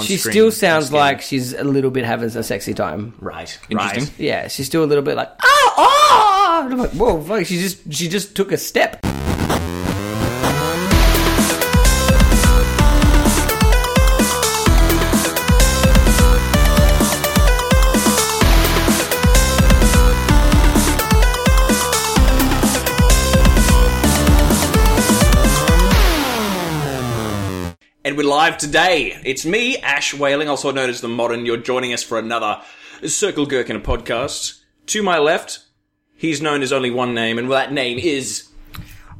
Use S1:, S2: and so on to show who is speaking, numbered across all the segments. S1: she
S2: screen
S1: still
S2: and
S1: sounds
S2: scary.
S1: like she's a little bit having a sexy time.
S2: Right.
S3: Interesting.
S2: Right.
S1: Yeah, she's still a little bit like oh oh. And I'm like, Whoa, fuck! She just she just took a step.
S3: And we're live today. It's me, Ash Whaling, also known as The Modern. You're joining us for another Circle Gherkin podcast. To my left, he's known as only one name, and that name is.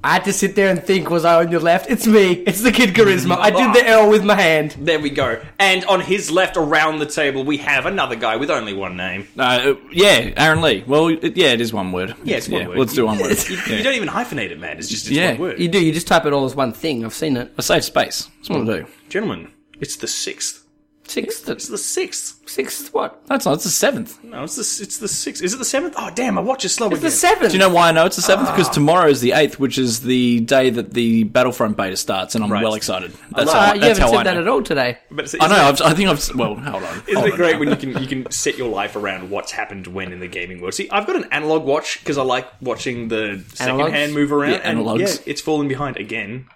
S1: I had to sit there and think, was I on your left? It's me. It's the kid charisma. I did the L with my hand.
S3: There we go. And on his left, around the table, we have another guy with only one name.
S2: Uh, yeah, Aaron Lee. Well, it, yeah, it is one word.
S3: Yeah, it's one word.
S2: Let's do one word.
S3: You
S2: yeah.
S3: don't even hyphenate it, man. It's just it's
S2: Yeah.
S3: one word.
S1: You do. You just type it all as one thing. I've seen it.
S2: A safe space. That's what
S3: Hmm.
S2: I do.
S3: Gentlemen, it's the sixth. It's
S1: Sixth,
S3: the sixth.
S1: sixth what?
S2: That's not. It's the seventh.
S3: No, it's the it's the sixth. Is it the seventh? Oh damn, my watch is slow
S1: It's
S3: again.
S1: the seventh.
S2: Do you know why I know it's the
S3: Ah.
S2: seventh? Because tomorrow is the eighth, which is the day that the Battlefront beta starts, and I'm well excited. That's
S1: Uh,
S2: how.
S1: you
S2: that's
S1: haven't
S2: how
S1: said
S2: I
S1: that
S2: know.
S1: at all today.
S3: But it's-
S2: I
S3: isn't
S2: know.
S3: it-
S2: I've, I think I've. s- Well, hold on.
S3: Isn't
S2: Hold
S3: it
S2: on.
S3: great when you can you can set your life around what's happened when in the gaming world? See, I've got an analog watch because I like watching the second
S1: Analogs?
S3: hand move around.
S2: Yeah,
S3: and
S2: analogs.
S3: yeah, it's fallen behind again.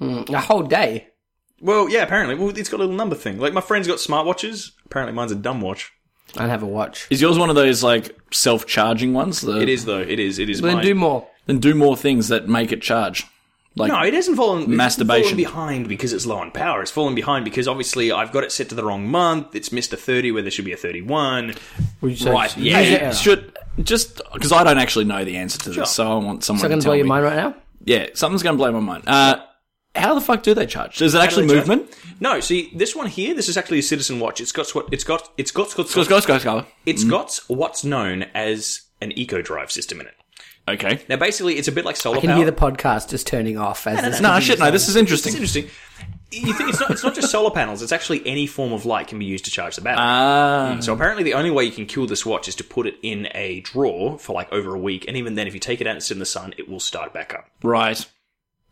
S1: A whole day.
S3: Well, yeah, apparently. Well, it's got a little number thing. Like my friend's got smartwatches. Apparently, mine's a dumb watch.
S1: I'd have a watch.
S2: Is yours one of those like self-charging ones? The,
S3: It is though. It is. It is.
S1: Then
S3: mine.
S1: do more.
S2: Then do more things that make it charge. Like
S3: No, it hasn't fallen. it's
S2: Masturbation.
S3: fallen behind because it's low on power. It's fallen behind because obviously I've got it set to the wrong month. It's missed a thirty where there should be a thirty-one. Right, yeah.
S2: Hey,
S1: Yeah.
S2: should just because I don't actually know the answer to this,
S3: Sure.
S2: so I want someone
S1: So I'm
S2: to
S1: going to
S2: tell
S1: blow your
S2: me.
S1: mind right now.
S2: Yeah, something's going to blow my mind. Uh, how the fuck do they charge? Is it actually
S3: they charge?
S2: movement?
S3: No, see this one here. This is actually a citizen watch. It's got what it's got. It's got. It's got.
S2: Go, go, go, go.
S3: It's got what's known as an eco drive system in it.
S2: Okay.
S3: Now, basically, it's a bit like solar
S1: I can
S3: power.
S1: hear the podcast just turning off as this.
S2: No, shit, no. This is
S3: it's
S2: interesting.
S3: interesting. You think it's not? It's not just solar panels. It's actually any form of light can be used to charge the battery.
S2: Ah,
S3: So apparently, the only way you can kill this watch is to put it in a drawer for like over a week, and even then, if you take it out and sit in the sun, it will start back up.
S2: right.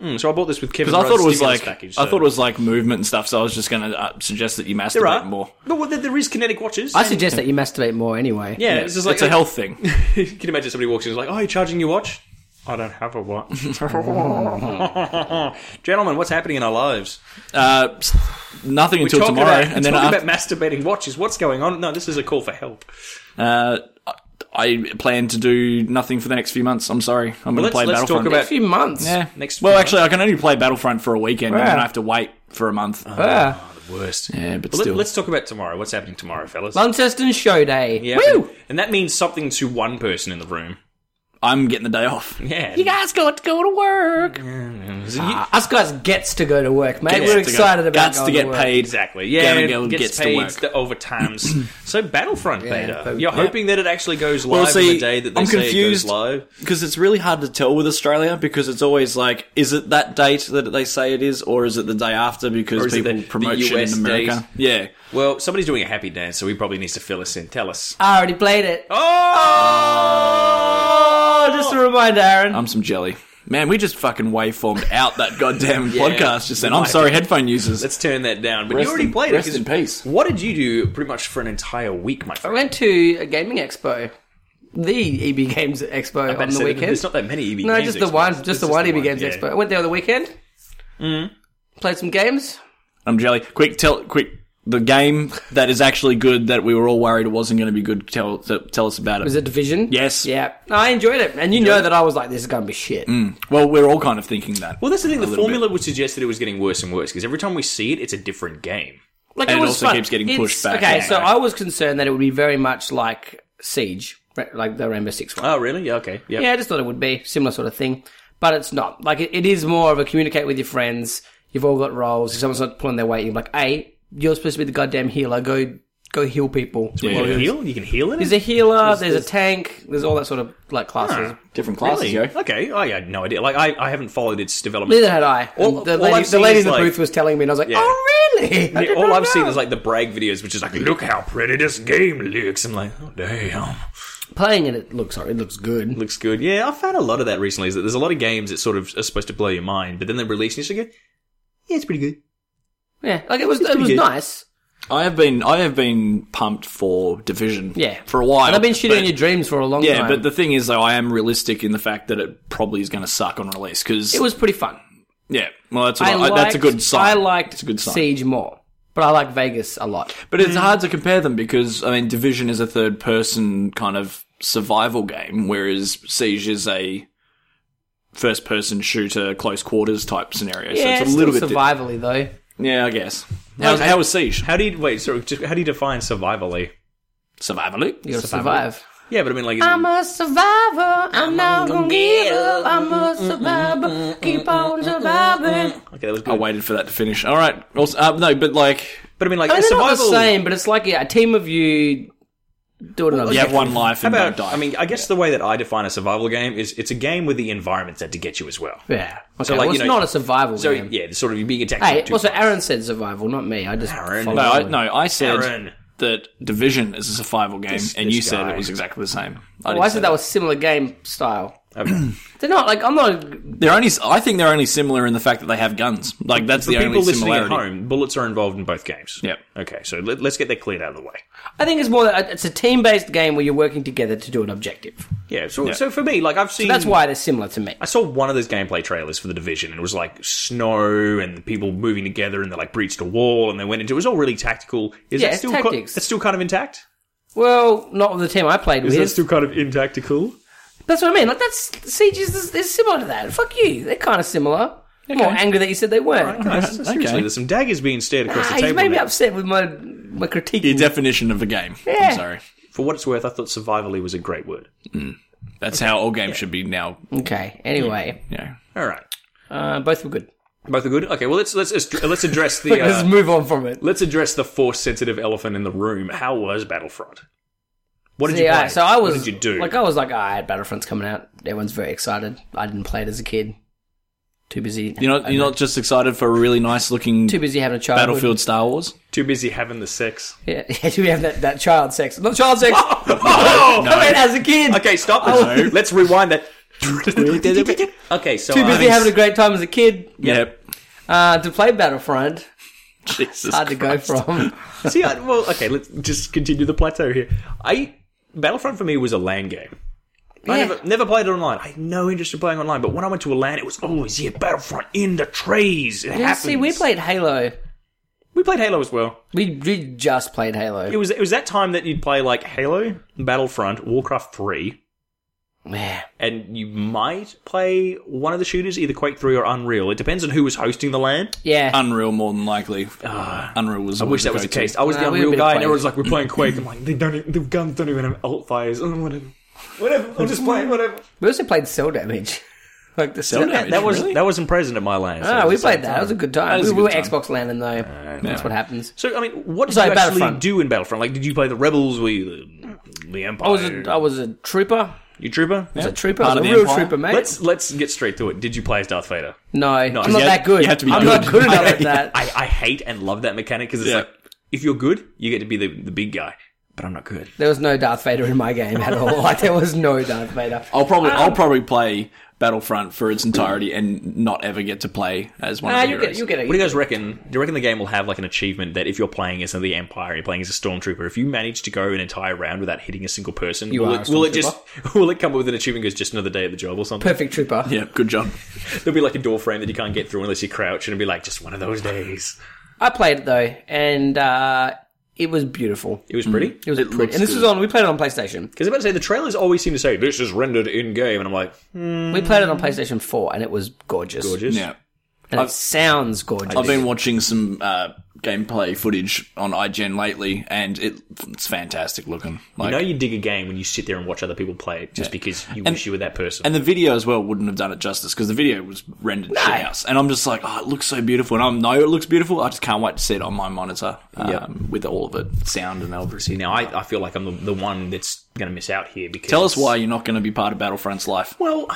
S3: Hmm, so I bought this with Kevin.
S2: Because I thought it
S3: Rudd's
S2: was
S3: stimulus
S2: like
S3: package,
S2: I
S3: so-
S2: thought it was like movement and stuff. So I was just going to uh, suggest that you masturbate
S3: there are
S2: more.
S3: No, well, there, there is kinetic watches.
S1: I
S3: and-
S1: suggest that you masturbate more anyway.
S3: Yeah,
S2: Yeah,
S3: it's
S2: it's,
S3: just like
S2: a health thing.
S3: you can imagine somebody walks in and is like, "Oh, you're charging your watch." I don't have a watch. Gentlemen, what's happening in our lives?
S2: Uh, s- nothing until
S3: Talking
S2: tomorrow,
S3: about,
S2: and then
S3: talking
S2: after,
S3: about masturbating watches. What's going on? No, this is a call for help.
S2: uh, I plan to do nothing for the next few months. I'm sorry. I'm going to
S3: let's-
S2: play
S3: let's talk
S2: Battlefront.
S3: about-
S1: A few months.
S2: yeah.
S3: next
S2: well,
S3: month.
S2: actually, I can only play Battlefront for a weekend, and
S1: Yeah.
S2: then I have to wait for a month.
S1: Yeah.
S3: Worst.
S2: Ah, yeah, but
S3: Uh-huh. Let,
S2: still,
S3: us talk about tomorrow. What's happening tomorrow, fellas?
S1: Launceston Show Day.
S3: Yeah,
S1: Woo!
S3: And, and that means something to one person in the room.
S2: I'm getting the day off.
S3: Yeah.
S1: You guys got to go to work. Ah, us guys gets to go to work, mate. We're
S2: to go-
S1: excited about
S2: guts
S1: going
S2: to get
S1: work.
S2: paid.
S3: Exactly. Yeah,
S2: Gavin
S3: it
S2: Gill
S3: gets,
S2: gets to
S3: paid
S2: work.
S3: the overtimes. so Battlefront beta.
S1: but-
S3: You're hoping that it actually goes live
S2: Well,
S3: on the
S2: see,
S3: day that they
S2: I'm
S3: say
S2: confused.
S3: it goes live.
S2: Because it's really hard to tell with Australia because it's always like, is it that date that they say it is, or is it the day after
S3: Or
S2: because
S3: is it
S2: people
S3: the-
S2: promote
S3: the
S2: shit
S3: US
S2: in America? Yeah.
S3: Well, somebody's doing a happy dance, so he probably needs to fill us in. Tell us.
S1: I already played it. Oh,
S3: Oh,
S1: just a reminder, Aaron.
S2: I'm some jelly. Man, we just fucking waveformed out that goddamn podcast just then. I'm
S3: might
S2: sorry, headphone users.
S3: Let's turn that down. But
S2: Rest
S3: you already
S2: in-
S3: played it.
S2: rest
S3: 'cause
S2: in peace.
S3: What did you do pretty much for an entire week, my
S1: I
S3: friend?
S1: went to a gaming expo, the EB Games Expo on
S3: So
S1: the
S3: there-
S1: weekend.
S3: There's not that many EB
S1: No,
S3: games
S1: just the
S3: expos.
S1: one, just
S3: It's
S1: the one EB Games
S3: yeah.
S1: Expo. I went there on the weekend. Mm. Played some games.
S2: I'm jelly. Quick, tell quick the game that is actually good that we were all worried wasn't going to be good. Tell t- tell us about it.
S1: Was it Division?
S2: Yes.
S1: Yeah, No, I enjoyed it, and you know that I was like, "This is gonna be shit."
S2: Well, we're all kind of thinking that.
S3: Well, that's the thing. The
S2: little
S3: formula would suggest that it was getting worse and worse because every time we see it, it's a different game.
S1: Like
S2: And
S1: it
S2: it
S1: was
S2: also
S1: fun.
S2: keeps getting pushed back.
S1: Okay,
S2: Yeah.
S1: so I was concerned that it would be very much like Siege, ra- like the Rainbow Six one.
S3: Oh, really? Yeah. Okay. Yep.
S1: Yeah, I just thought it would be similar sort of thing, but it's not. Like it, it is more of a communicate with your friends. You've all got roles. If someone's not pulling their weight, you're like, "Hey, you're supposed to be the goddamn healer. Go, go heal people."
S3: Well, you heal? You can heal in it.
S1: There's a healer. There's a tank. There's all that sort of like classes.
S2: Different
S3: Really?
S2: classes, yo.
S3: Okay. I had no idea. Like, I, I haven't followed its development.
S1: Neither had I. And
S3: All-
S1: the
S3: all
S1: lady,
S3: I've
S1: the
S3: seen
S1: lady
S3: is,
S1: in the
S3: like-
S1: booth was telling me, and I was like,
S3: Yeah.
S1: "Oh, really?" I did
S3: all
S1: not
S3: I've seen
S1: know."
S3: is like the brag videos, which is like, look how pretty this game looks. I'm like, oh damn,
S1: playing it. It looks sorry. It looks good.
S3: looks good. Yeah, I found a lot of that recently. Is that there's a lot of games that sort of are supposed to blow your mind, but then they release and you just go, yeah, it's pretty good.
S1: Yeah, like it was. It was
S3: pretty good.
S1: nice.
S2: I have been I have been pumped for Division.
S1: Yeah.
S2: for a while.
S1: And I've been shitting
S2: but-
S1: on your dreams for a long
S2: Yeah,
S1: time.
S2: but the thing is, though, I am realistic in the fact that it probably is going to suck on release because
S1: it was pretty fun.
S2: yeah, well, that's what
S1: I
S2: I
S1: liked,
S2: that's a good sign.
S1: I liked
S2: It's a good sign.
S1: Siege more, but I like Vegas a lot.
S2: But it's hard to compare them because I mean, Division is a third-person kind of survival game, whereas Siege is a first-person shooter, close quarters type scenario. so it's a little bit. di-
S1: survivally though.
S2: yeah, I guess. How, how was Siege?
S3: How do you wait? So just- how do you define survivally?
S2: Survivally.
S1: You gotta survive.
S3: Yeah, but I mean, like, is
S1: I'm
S3: it,
S1: a survivor. I'm not gonna give up. I'm a survivor. Keep on surviving.
S3: okay, that was
S2: I
S3: good.
S2: waited for that to finish. All right. Also, uh, no, but like
S3: But I mean, like,
S1: I mean, they're not
S3: survival.
S1: the same, but it's like yeah, a team of you doing another.
S2: you have one life
S3: Oh, How
S2: and
S3: about?
S2: don't die.
S3: I mean, I guess the way that I define a survival game is it's a game where the environment's out to get you as well.
S1: Yeah. Okay,
S3: like,
S1: well,
S3: you
S1: it's
S3: know-
S1: not a survival
S3: So
S1: game.
S3: yeah, sort of you're being attacked.
S1: Hey,
S3: from two
S1: also
S3: sides.
S1: Aaron said survival, not me. I just
S3: Aaron.
S1: followed
S2: no, I,
S1: along.
S2: no, I said
S3: Aaron.
S2: that Division is a survival game, and
S3: this
S2: you said
S3: guy. Oh,
S2: it was exactly the same.
S1: Well,
S2: I didn't
S1: I
S2: say
S1: said that was similar game style. They're not like I'm not.
S2: They're only. I think they're only similar in the fact that they have guns. Like that's the
S3: People
S2: only
S3: listening at
S2: similarity.
S3: home, bullets are involved in both games.
S2: Yep.
S3: Okay, so let, us get that cleared out of the way.
S1: I think it's more. that It's a team based game where you're working together to do an objective.
S3: Yeah. So, so for me, like I've seen.
S2: Hmm.
S1: That's why they're similar to me.
S3: I saw one of those gameplay trailers for the division, and it was like snow and people moving together, and they like breached a wall, and they went into. It was all really tactical. Is
S1: Yeah,
S3: that
S1: it's
S3: still
S1: tactics.
S3: that's still kind of intact.
S1: Well, not with the team I played with.
S3: Is that still kind of intactical?
S1: That's what I mean. Like that's Siege is, is, is similar to that. Fuck you. They're kind of similar. I'm More angry that you said they weren't.
S3: Seriously, there's some daggers being stared across
S1: Ah,
S3: the
S1: he's
S3: table.
S1: made me
S3: now.
S1: upset with my my critique.
S2: Your definition of a game.
S1: Yeah.
S2: I'm sorry.
S3: For what it's worth, I thought survivally was a great word.
S2: That's how all games should be now.
S1: Okay. Anyway,
S2: You know.
S3: All right,
S1: uh, both were good.
S3: both are good. Okay, well let's let's est- let's address the
S1: Let's
S3: uh,
S1: move on from it.
S3: let's address the force sensitive elephant in the room. How was Battlefront? What did you
S1: Yeah,
S3: play?
S1: so I was
S3: what did you do?
S1: like I was like, all right, Battlefront's coming out. Everyone's very excited. I didn't play it as a kid. Too busy.
S2: You're not. You're not just excited for a really nice looking
S1: too busy having a child.
S2: Battlefield Star Wars.
S3: Too busy having the sex.
S1: Yeah, yeah. Do we have that, that child sex? Not child sex.
S3: Oh!
S1: I mean, as a kid.
S3: Okay, stop it. Let's rewind that. okay, so
S1: Oh. Too busy
S3: I,
S1: having a great time as a kid.
S2: Yep.
S1: Uh, to play Battlefront,
S2: Jesus.
S1: hard to go
S2: Christ.
S1: from.
S3: see. I, well, okay, let's just continue the plateau here. I Battlefront for me was a LAN game. I
S1: Yeah.
S3: never, never played it online. I had no interest in playing online. But when I went to a LAN, it was always yeah, Battlefront in the trees. It
S1: Yeah,
S3: happens.
S1: see, we played Halo.
S3: we played Halo as well.
S1: We, we just played
S3: It
S1: Halo.
S3: was it was that time that you'd play like Halo, Battlefront, Warcraft three,
S1: Yeah.
S3: and you might play one of the shooters, either Quake three or Unreal. It depends on who was hosting the LAN.
S1: Yeah.
S2: Unreal more than likely. Unreal was.
S3: Ah. I wish that was the case. I was
S1: Nah,
S3: the
S1: we
S3: Unreal
S1: would've
S3: guy, and
S1: played.
S3: everyone's like, "We're playing Quake." I'm like, "They don't. e- The guns don't even have alt fires. Oh, whatever, whatever. I'm just playing whatever."
S1: we also played Cell Damage. like the Cell
S2: Damage?
S3: That was
S2: Really?
S3: that wasn't present at my land.
S1: Oh, we played that. It was a good time.
S2: was
S1: We,
S2: a
S1: we were
S2: good time. Uh,
S1: Xbox landing though. That's what happens.
S3: So I mean, what did
S1: Sorry,
S3: you actually
S1: Battlefront.
S3: do in Battlefront? Like, did you play the Rebels? Were you the, the Empire?
S1: I was a, uh, I was a trooper.
S3: you trooper?
S1: I was a trooper. I
S2: Part
S1: was
S2: of
S1: a
S2: the
S1: real
S2: Empire.
S1: trooper, mate.
S3: Let's let's get straight to it. Did you play as Darth Vader?
S1: no, I'm not
S2: you had-
S1: that good.
S2: you had to be
S1: I'm not
S2: good.
S1: good enough at that.
S3: I, I hate and love that mechanic because it's
S2: Yeah.
S3: like if you're good, you get to be the the big guy. But I'm not good.
S1: There was no Darth Vader in my game at all. Like there was no Darth Vader.
S2: I'll probably.
S3: Um,
S2: I'll probably play Battlefront for its entirety and not ever get to play as one
S1: Ah,
S2: of the
S1: you
S2: heroes.
S1: get you get
S3: What do you
S1: it.
S3: guys reckon? Do you reckon the game will have like an achievement that if you're playing as the Empire, you're playing as a stormtrooper, if you manage to go an entire round without hitting a single person, will,
S1: are
S3: it,
S1: a
S3: will it just will it come up with an achievement goes just another day at the job or something?
S1: Perfect trooper.
S2: yeah. Good job.
S3: There'll be like a door frame that you can't get through unless you crouch, and it'll be like just one of those days.
S1: I played it though, and uh, it was beautiful.
S3: It was
S2: Mm.
S3: pretty.
S1: It was pretty.
S2: looks
S1: And this was on. We played it on PlayStation.
S3: Because I was about to say the trailers always seem to say this is rendered in game, and I'm like,
S1: We played it on PlayStation 4, and it was gorgeous.
S3: gorgeous.
S2: Yeah.
S1: And it sounds gorgeous.
S2: I've been watching some uh, gameplay footage on IGN lately, and it, it's fantastic looking. Like,
S3: You know you dig a game when you sit there and watch other people play it, just because you wish you were that person.
S2: and the video as well wouldn't have done it justice because the video was rendered shithouse, and I'm just like, oh, it looks so beautiful, and I know it looks beautiful. I just can't wait to see it on my monitor um,
S3: Yep.
S2: with all of it, sound and everything.
S3: now I, I feel like I'm the, the one that's going to miss out here because
S2: Tell us why you're not going to be part of Battlefront's life.
S3: Well,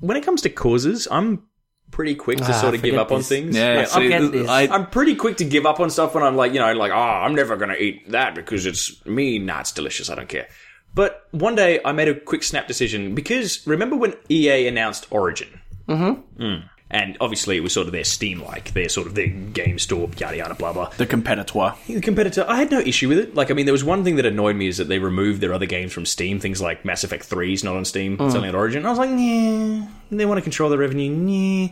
S3: when it comes to causes, I'm pretty quick to
S1: Ah,
S3: sort of give
S1: forget
S3: up on
S1: this.
S3: things.
S2: Yeah,
S3: I'm-
S2: see,
S1: get this.
S2: I,
S3: I'm pretty quick to give up on stuff when I'm like, you know, like, ah, I'm never going to eat that because it's me. Nah, it's delicious. I don't care. But one day E I made a quick snap decision because remember when EA announced Origin? Mm-hmm. And obviously, it was sort of their Steam like, their sort of their game store, yada yada, blah blah.
S2: The competitor.
S3: The competitor, I had no issue with it. Like, I mean, there was one thing that annoyed me is that they removed their other games from Steam. Things like Mass Effect 3 is not on Steam,
S2: Mm.
S3: it's only on Origin. I was like, yeah, they want to control the revenue, yeah.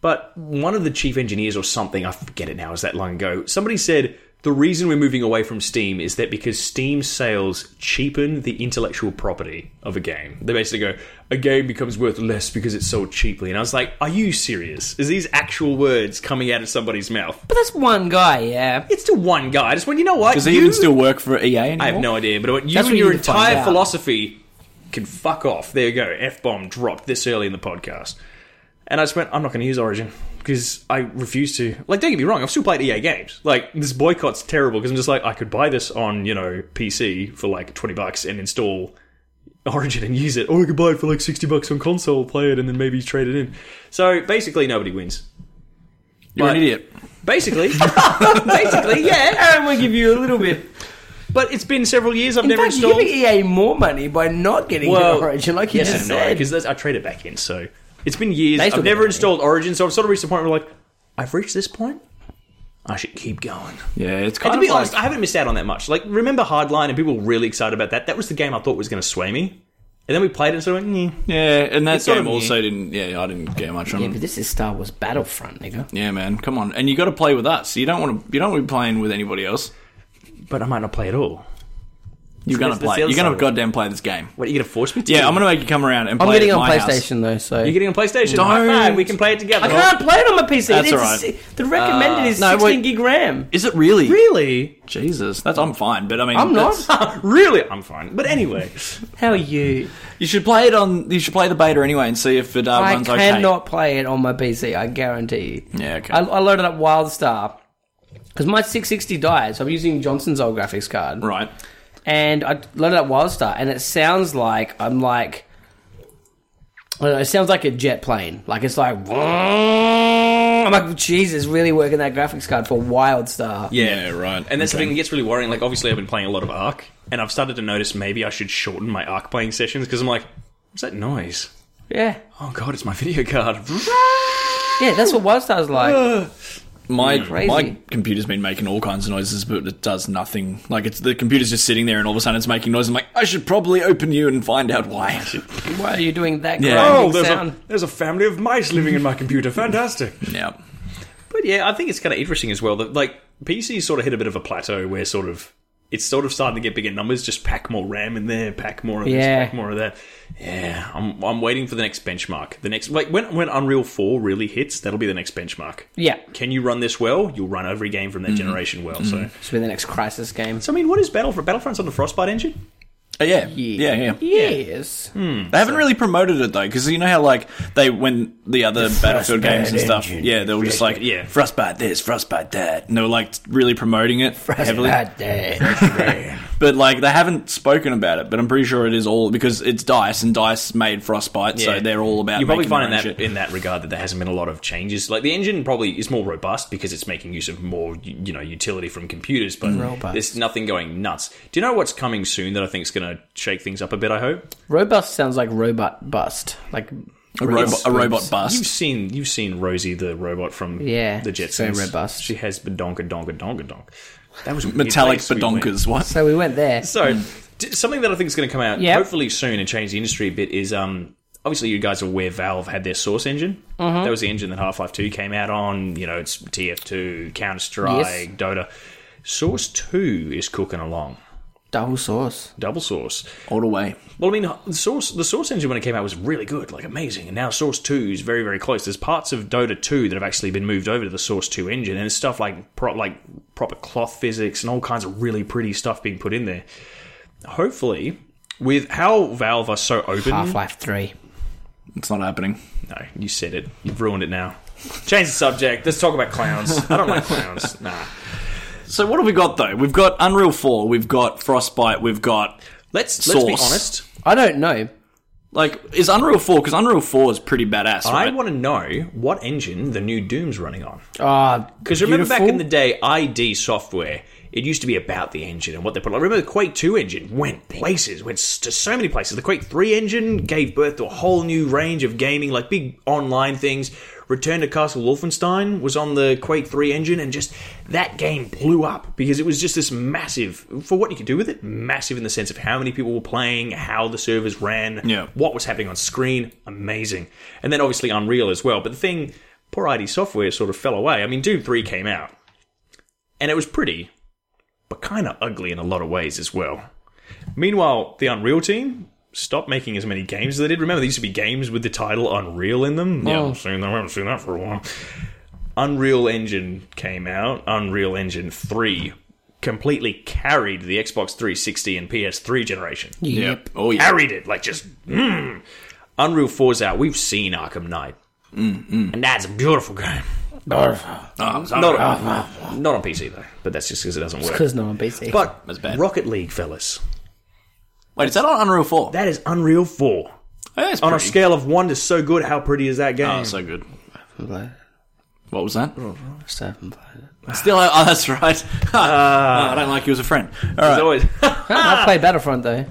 S3: But one of the chief engineers or something, I forget it now, it was that long ago, somebody said, the reason we're moving away from Steam is that because Steam sales cheapen the intellectual property of a game. They basically go, a game becomes worth less because it's sold cheaply. And I was like, are you serious? Is these actual words coming out of somebody's mouth?
S1: But that's one guy, yeah.
S3: It's to one guy. I just went, you know what?
S2: Does he
S3: You-
S2: even still work for EA anymore?
S3: I have no idea, but I went, you
S1: That's
S3: and
S1: what you
S3: your
S1: need to find
S3: entire
S1: out.
S3: philosophy can fuck off. There you go. F bomb dropped this early in the podcast. And I just went, I'm not going to use Origin because I refuse to. Like, don't get me wrong, I've still played EA games. Like, this boycott's terrible because I'm just like, I could buy this on, you know, PC for like 20 bucks and install Origin and use it. Or I could buy it for like 60 bucks on console, play it, and then maybe trade it in. So basically, nobody wins.
S2: You're
S3: but-
S2: an idiot.
S3: Basically, basically, yeah.
S1: Aaron will give you a little bit.
S3: But it's been several years. I've
S1: In
S3: never
S1: fact, you're
S3: installed.
S1: giving EA more money by not getting
S3: Well,
S1: your origin, like you
S3: yes
S1: just
S3: and no,
S1: said.
S3: because I trade it back in. So it's been years.
S1: They still
S3: I've
S1: get
S3: never
S1: it.
S3: installed Origin, so I've sort of reached the point where like I've reached this point. I should keep going.
S2: Yeah, it's
S3: And
S2: kind
S3: to
S2: of
S3: be
S2: like-
S3: honest, I haven't missed out on that much. Like, remember Hardline and people were really excited about that? That was the game I thought was going to sway me. And then we played it and sort of went, "Nyeh."
S2: yeah, and that
S3: It's sort
S2: game
S3: of-
S2: also didn't. Yeah, I didn't get much on.
S1: yeah,
S2: Yeah,
S1: but this is Star Wars Battlefront, nigga.
S2: man, come on, and you got to play with us. You don't want to. You don't want to be playing with anybody else.
S3: but I might not play at all.
S2: You're gonna
S3: That's- that's
S2: play.
S3: the other
S2: You're
S3: side
S2: gonna
S3: of it.
S2: goddamn play this game.
S3: What, are you going to force me to?
S2: Yeah, I'm gonna make you come around and play.
S1: I'm getting
S2: it at
S1: on
S2: my house.
S1: PlayStation though, so
S3: You're getting on PlayStation.
S2: Don't.
S3: High five, we can play it together.
S1: I can't play it on my PC.
S2: That's
S1: It's-
S2: alright.
S1: The recommended
S2: Uh,
S1: is
S2: no,
S1: 16
S2: wait.
S1: gig RAM.
S2: Is it really?
S3: Really?
S2: Jesus, that's I'm fine, but I mean,
S1: I'm not.
S2: that's-
S3: really? I'm fine. But anyway.
S1: How are you?
S2: You should play it on. You should play the beta anyway and see if it uh,
S1: I
S2: runs
S1: cannot play it on my PC. I guarantee you.
S2: okay. Yeah, okay.
S1: I, I loaded up Wildstar because my 660 died, so I'm using Johnson's old graphics card.
S2: right.
S1: and I loaded up Wildstar, and it sounds like I'm like, I don't know, it sounds like a jet plane. Like it's like, I'm like, Jesus, really working that graphics card for Wildstar.
S2: Yeah, right.
S3: And that's the thing that gets really worrying. Like, obviously, I've been playing a lot of Arc, and I've started to notice maybe I should shorten my Arc playing sessions because I'm like, what's that noise?
S1: yeah,
S3: Oh god, it's my video card.
S1: yeah. That's what Wildstar's like.
S2: My
S1: Crazy.
S2: my computer's been making all kinds of noises, but it does nothing. Like it's the computer's just sitting there, and all of a sudden it's making noise. I'm like, I should probably open you and find out why.
S1: Why are you doing that?
S2: Yeah.
S1: grinding
S3: Oh, there's a,
S1: sound?
S3: there's a family of mice living in my computer. Fantastic.
S2: yeah,
S3: But yeah, I think it's kind of interesting as well that like PC sort of hit a bit of a plateau where sort of it's sort of starting to get bigger numbers. Just pack more RAM in there, pack more of this,
S1: Yeah.
S3: pack more of that. Yeah, I'm I'm waiting for the next benchmark. The next like when when Unreal Four really hits, that'll be the next benchmark.
S1: Yeah,
S3: Can you run this well? You'll run every game from that generation well. So.
S1: should be the next Crisis game.
S3: So I mean, what is Battlefront? Battlefront's on the Frostbite engine.
S2: Uh, yeah, yeah, yeah.
S1: Yes.
S2: They haven't really promoted it though, because you know how like they when the other Battlefield games and stuff, yeah, they were just like,
S3: yeah.
S2: Frostbite this, Frostbite that, and they were like really promoting it heavily.
S1: Bad day.
S2: But like they haven't spoken about it, but I'm pretty sure it is all because it's Dice and Dice made Frostbite, so
S3: Yeah.
S2: they're all about.
S3: You're probably
S2: making their
S3: finding that
S2: own shit.
S3: in that regard that there hasn't been a lot of changes. Like the engine probably is more robust because it's making use of more y- you know utility from computers, but
S1: Robust.
S3: there's nothing going nuts. Do you know what's coming soon that I think is going to shake things up a bit? I hope
S1: Robust sounds like robot bust. Like
S2: a, robot, a robot bust.
S3: you've seen you've seen Rosie the robot from
S1: Yeah,
S3: the
S1: she's very
S3: Jetsons.
S1: robust.
S3: She has badonka donka donka donk. That was weird.
S2: metallic
S3: Place we went.
S2: badonkers. What?
S1: So we went there.
S3: So, d- something that I think is going to come out
S1: Yep.
S3: hopefully soon and change the industry a bit is um, obviously you guys are aware Valve had their Source engine.
S1: Mm-hmm.
S3: That was the engine that Half Life Two came out on. You know, it's TF2, Counter Strike,
S1: Yes.
S3: Dota. Source Two is cooking along.
S1: Double sauce.
S3: Double Source.
S2: All the way.
S3: Well, I mean, the Source the Source engine when it came out was really good, like amazing. And now Source Two is very very close. There's parts of Dota Two that have actually been moved over to the Source Two engine, and it's stuff like pro- like proper cloth physics and all kinds of really pretty stuff being put in there. Hopefully, with how Valve are so open,
S1: Half Life Three.
S2: It's not happening.
S3: no, you said it. You've ruined it now. Change the subject. Let's talk about clowns. I don't like clowns. Nah.
S2: So what have we got though? We've got Unreal Four. We've got Frostbite. We've got
S3: Let's let's be
S2: Source.
S3: honest.
S1: I don't know.
S2: like is Unreal Four because Unreal Four is pretty badass,
S3: I
S2: right?
S3: want to know what engine the new Doom's running on.
S1: Ah,
S3: Because remember back in
S1: Beautiful.
S3: the day, ID software, it used to be about the engine and what they put. I remember the Quake 2 engine went places, went s- to so many places. The Quake 3 engine gave birth to a whole new range of gaming, like big online things. Return to Castle Wolfenstein was on the Quake 3 engine, and just that game blew up because it was just this massive, for what you could do with it, massive in the sense of how many people were playing, how the servers ran,
S2: Yeah.
S3: what was happening on screen. Amazing. And then obviously Unreal as well. But the thing, poor ID Software sort of fell away. I mean, Doom 3 came out, and it was pretty, but kind of ugly in a lot of ways as well. Meanwhile, the Unreal team stopped making as many games as they did. Remember, there used to be games with the title Unreal in them. Yeah, I've seen that. I haven't seen that for a while. Unreal Engine came out. Unreal Engine 3 completely carried the Xbox 360 and PS3 generation.
S2: Yep. Oh yeah.
S3: Carried it, like just. Mm. Unreal 4's out. We've seen Arkham Knight. And that's a beautiful game. Not, not on PC, though, but that's just because it doesn't work.
S1: Because no one beats it.
S3: But
S2: That's bad.
S3: Rocket League, fellas,
S2: Wait, is that on Unreal Four?
S3: that is Unreal 4.
S2: That's
S3: On a
S2: pretty-
S3: scale of one to so good, how pretty is that game?
S2: Oh, so good.
S1: But,
S2: What was that?
S1: stuff and
S2: Still, oh, that's right. Ah, I don't like you as a friend. All right.
S3: It's always-
S1: I play Battlefront though.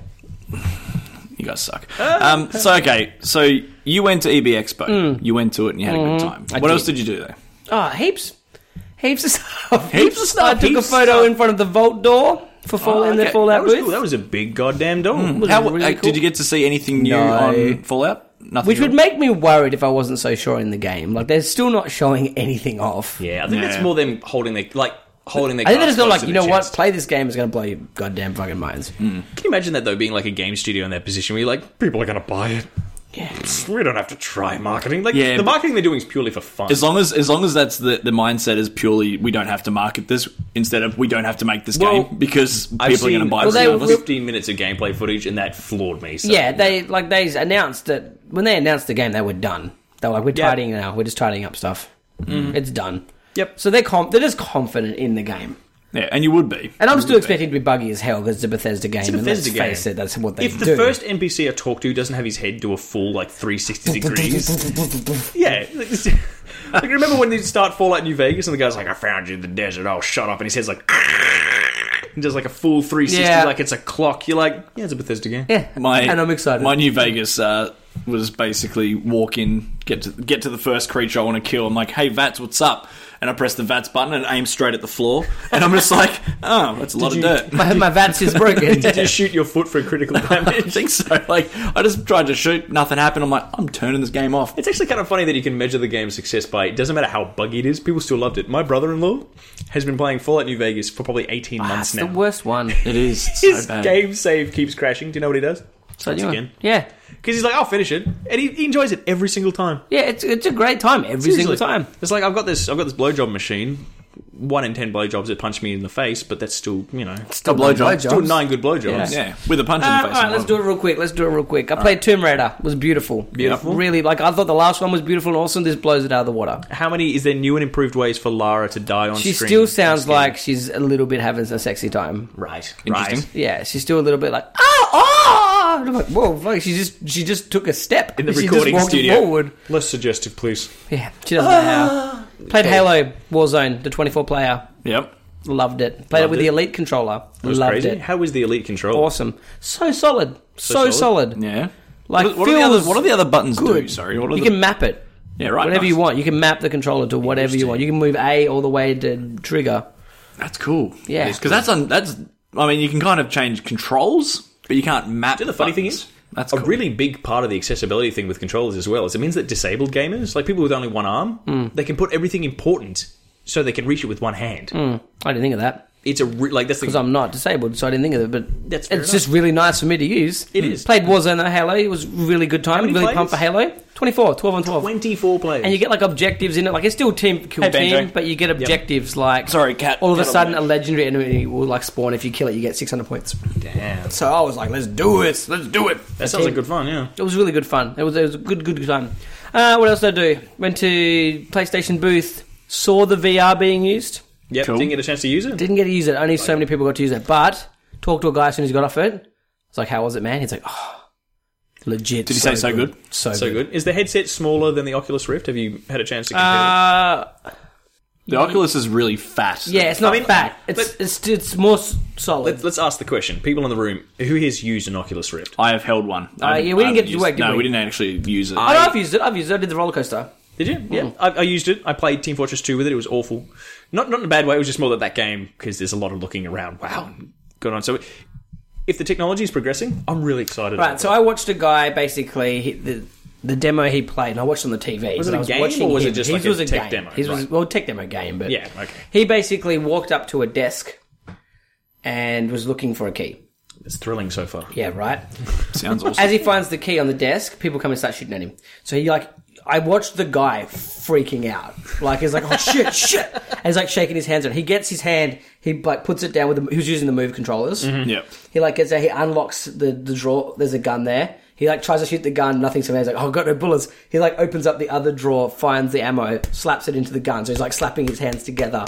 S2: You guys suck. Um, so okay, so you went to EB Expo. You went to it and you had a good time. what else did you do there?
S1: Oh, heaps. Heaps of stuff.
S2: Heaps of stuff,
S1: I took a
S2: heaps of
S1: photo
S2: stuff.
S1: in front of the vault door for fall in the
S2: okay.
S1: Fallout
S3: that, was Mm.
S1: booth.
S3: cool. that was a big goddamn dog.
S2: How,
S1: really
S2: uh,
S1: cool.
S2: Did you get to see anything new
S1: No.
S2: on Fallout? Nothing.
S1: Which would make me worried if I wasn't so sure in the game. Like they're still not showing anything off.
S3: Yeah, I think that's
S2: Yeah.
S3: more them holding their like holding their.
S1: I think they're
S3: cards
S1: just not
S3: close
S1: like,
S3: to
S1: you
S3: their
S1: know what,
S3: chest.
S1: play this game is gonna blow your goddamn fucking minds.
S3: Can you imagine that though? Being like a game studio in their position, where you're like, people are going to buy it. Yes, we don't have to try marketing. Like
S2: Yeah,
S3: the
S2: but-
S3: marketing they're doing is purely for fun.
S2: as long as as long as that's the, the mindset is purely we don't have to market this instead of we don't have to make this
S3: Well,
S2: game because
S3: I've
S2: people are going to
S3: seen
S2: buy
S1: Well,
S2: it.
S1: they
S2: regardless.
S1: will-
S3: 15 minutes of gameplay footage, and that floored me. So.
S1: Yeah, they like they announced that when they announced the game, they were done. They were like, "We're
S3: Yeah.
S1: tidying now. We're just tidying up stuff. It's done."
S3: Yep.
S1: So they're com- they're just confident in the game,
S2: Yeah, and you would be.
S1: and I'm still expecting it to be buggy as hell because it's a Bethesda game. and let's
S3: Bethesda game.
S1: face it, that's what they
S3: If the
S1: do.
S3: first NPC I talk to doesn't have his head do a full like 360 degrees, yeah. Like, remember when they start Fallout New Vegas and the guy's like, "I found you in the desert, all shut up," and his head's like, and does like a full 360,
S1: Yeah.
S3: like it's a clock. You're like, "Yeah, it's a Bethesda game."
S1: yeah,
S2: My
S1: and I'm excited.
S2: My New Vegas uh, was basically walk in, get to get to the first creature I want to kill. I'm like, hey Vats, what's up? And I press the Vats button and aim straight at the floor. And I'm just like, oh, that's a lot
S1: You-
S2: of dirt.
S1: my, my Vats is broken.
S3: Did you shoot your foot for critical
S2: I
S3: damage?
S2: think so. Like, I just tried to shoot, nothing happened. I'm like, I'm turning this game off.
S3: It's actually kind of funny that you can measure the game's success by it doesn't matter how buggy it is, people still loved it. My brother in law has been playing Fallout New Vegas for probably 18
S1: That's
S3: months
S1: Ah, the
S3: now.
S1: worst one.
S2: It is it's
S3: His
S2: so bad.
S3: game save keeps crashing. Do you know what he does?
S1: So
S3: Once
S1: you-
S3: again.
S1: yeah,
S3: Because he's like, I'll finish it, and he, he enjoys it every single time.
S1: yeah, it's it's a great time every single
S3: Seriously.
S1: time.
S3: It's like I've got this, I've got this blowjob machine. One in ten blowjobs it punched me in the face, but that's still, you know,
S1: Still
S2: blowjob.
S3: still nine good blowjobs.
S2: Yeah, with a punch
S1: Uh,
S2: in the face.
S1: all right, let's do it real quick. Let's do it real quick. I played Tomb Raider. It was beautiful.
S3: Beautiful.
S1: Really, like I thought the last one was beautiful and awesome. This blows it out of the water.
S3: How many is there new and improved ways for Lara to die on
S1: She
S3: screen?
S1: still sounds like she's a little bit having a sexy time.
S3: right,
S2: Interesting.
S3: right.
S1: Yeah, she's still a little bit like oh oh. And I'm like whoa, fuck. she just she just took a step
S3: In the
S1: She just
S3: recording
S1: walked
S3: studio.
S1: Forward.
S3: Less suggestive, please.
S1: Yeah, she doesn't
S3: Ah.
S1: know how. Played Halo Warzone, the 24 player.
S2: Yep.
S1: Loved it. Played it with
S3: it.
S1: the Elite controller.
S3: It was
S1: Loved
S3: crazy.
S1: it.
S3: How was the elite control?
S1: Awesome. So solid. So,
S3: solid.
S1: solid.
S2: Yeah.
S1: Like
S2: what, what are the
S1: feels
S2: other, what are the other buttons do?
S1: good.
S2: Sorry. What are
S1: you
S2: the,
S1: can map it.
S2: yeah, right.
S1: whatever
S2: nice.
S1: you want. You can map the controller to whatever you want. You can move A all the way to trigger.
S2: That's cool.
S1: Yeah.
S2: because that's un- that's. I mean, you can kind of change controls, but you can't map.
S3: You know, the funny thing
S2: buttons.
S3: is,
S2: that's
S3: a
S2: cool.
S3: really big part of the accessibility thing with controllers as well is it means that disabled gamers, like people with only one arm,
S1: Hmm.
S3: they can put everything important so they can reach it with one hand.
S1: I didn't think of that
S3: It's a re- like that's the
S1: Hmm. because I'm not disabled, so I didn't think of it. But
S3: That's fair
S1: it's just really nice for me to use. It
S3: is.
S1: Played Warzone and Halo. It was really good time.
S3: many
S1: Really pumped for
S3: players?
S1: Halo. 24, 12 on 12.
S3: twenty-four players.
S1: And you get like objectives in it. Like it's still team kill
S2: Hey,
S1: team,
S2: Banjo.
S1: but you get objectives like
S2: Sorry, cat-
S1: All of a
S2: cat on
S1: sudden,
S2: the-
S1: a legendary enemy will like spawn. If you kill it, you get 600 points.
S3: Damn,
S1: So I was like, let's do it. Let's do it.
S3: that sounds like good fun. Yeah,
S1: It was really good fun. It was, it was a good, good, good time. Uh, what else did I do? Went to PlayStation booth, saw the VR being used.
S3: yep.
S2: Cool.
S3: Didn't get a chance to use it.
S1: Didn't get to use it. Only so many people got to use it. But talked to a guy as soon as he got off it. It's like, how was it, man? He's like, oh, legit. Did
S2: he say so good?
S1: So,
S3: so
S1: good.
S3: good. Is the headset smaller than the Oculus Rift? Have you had a chance to compare?
S1: Uh,
S2: the Oculus is really fat.
S1: yeah, it's not
S3: I mean,
S1: fat. It's,
S3: but-
S1: it's it's more s- solid.
S3: it? Let's ask the question. People in the room, who here's used an Oculus Rift?
S2: I have held one. I haven't-
S1: Uh, yeah, we
S2: I
S1: didn't get
S2: haven't
S1: to
S2: used-
S1: work, did
S2: No,
S1: we?
S2: didn't actually use it.
S1: oh, no, I've used it. I've used it. I did the roller coaster.
S3: Did you? Yeah, Mm-hmm. I, I used it. I played Team Fortress 2 with it. It was awful. Not not in a bad way. It was just more that that game because there's a lot of looking around. Wow, good on. So, if the technology is progressing, I'm really excited.
S1: Right, so I watched a guy basically he, the the demo he played, and I watched it on the TV. Was
S3: it a game, or was it just like a tech
S1: game.
S3: demo?
S1: His was
S3: Right.
S1: well, tech demo game, but
S3: Yeah, okay.
S1: He basically walked up to a desk and was looking for a key.
S3: it's thrilling so far.
S1: Yeah, right.
S2: Sounds awesome.
S1: As he finds the key on the desk, people come and start shooting at him. So he like, I watched the guy freaking out. Like he's like, oh shit, shit, and he's like shaking his hands. And he gets his hand, he like puts it down with. The, he was using the move controllers.
S3: Mm-hmm.
S2: yeah.
S1: He like gets out, he unlocks the, the drawer. There's a gun there. He like tries to shoot the gun, nothing's coming. He's like, oh, I've got no bullets. He like opens up the other drawer, finds the ammo, slaps it into the gun. So he's like slapping his hands together.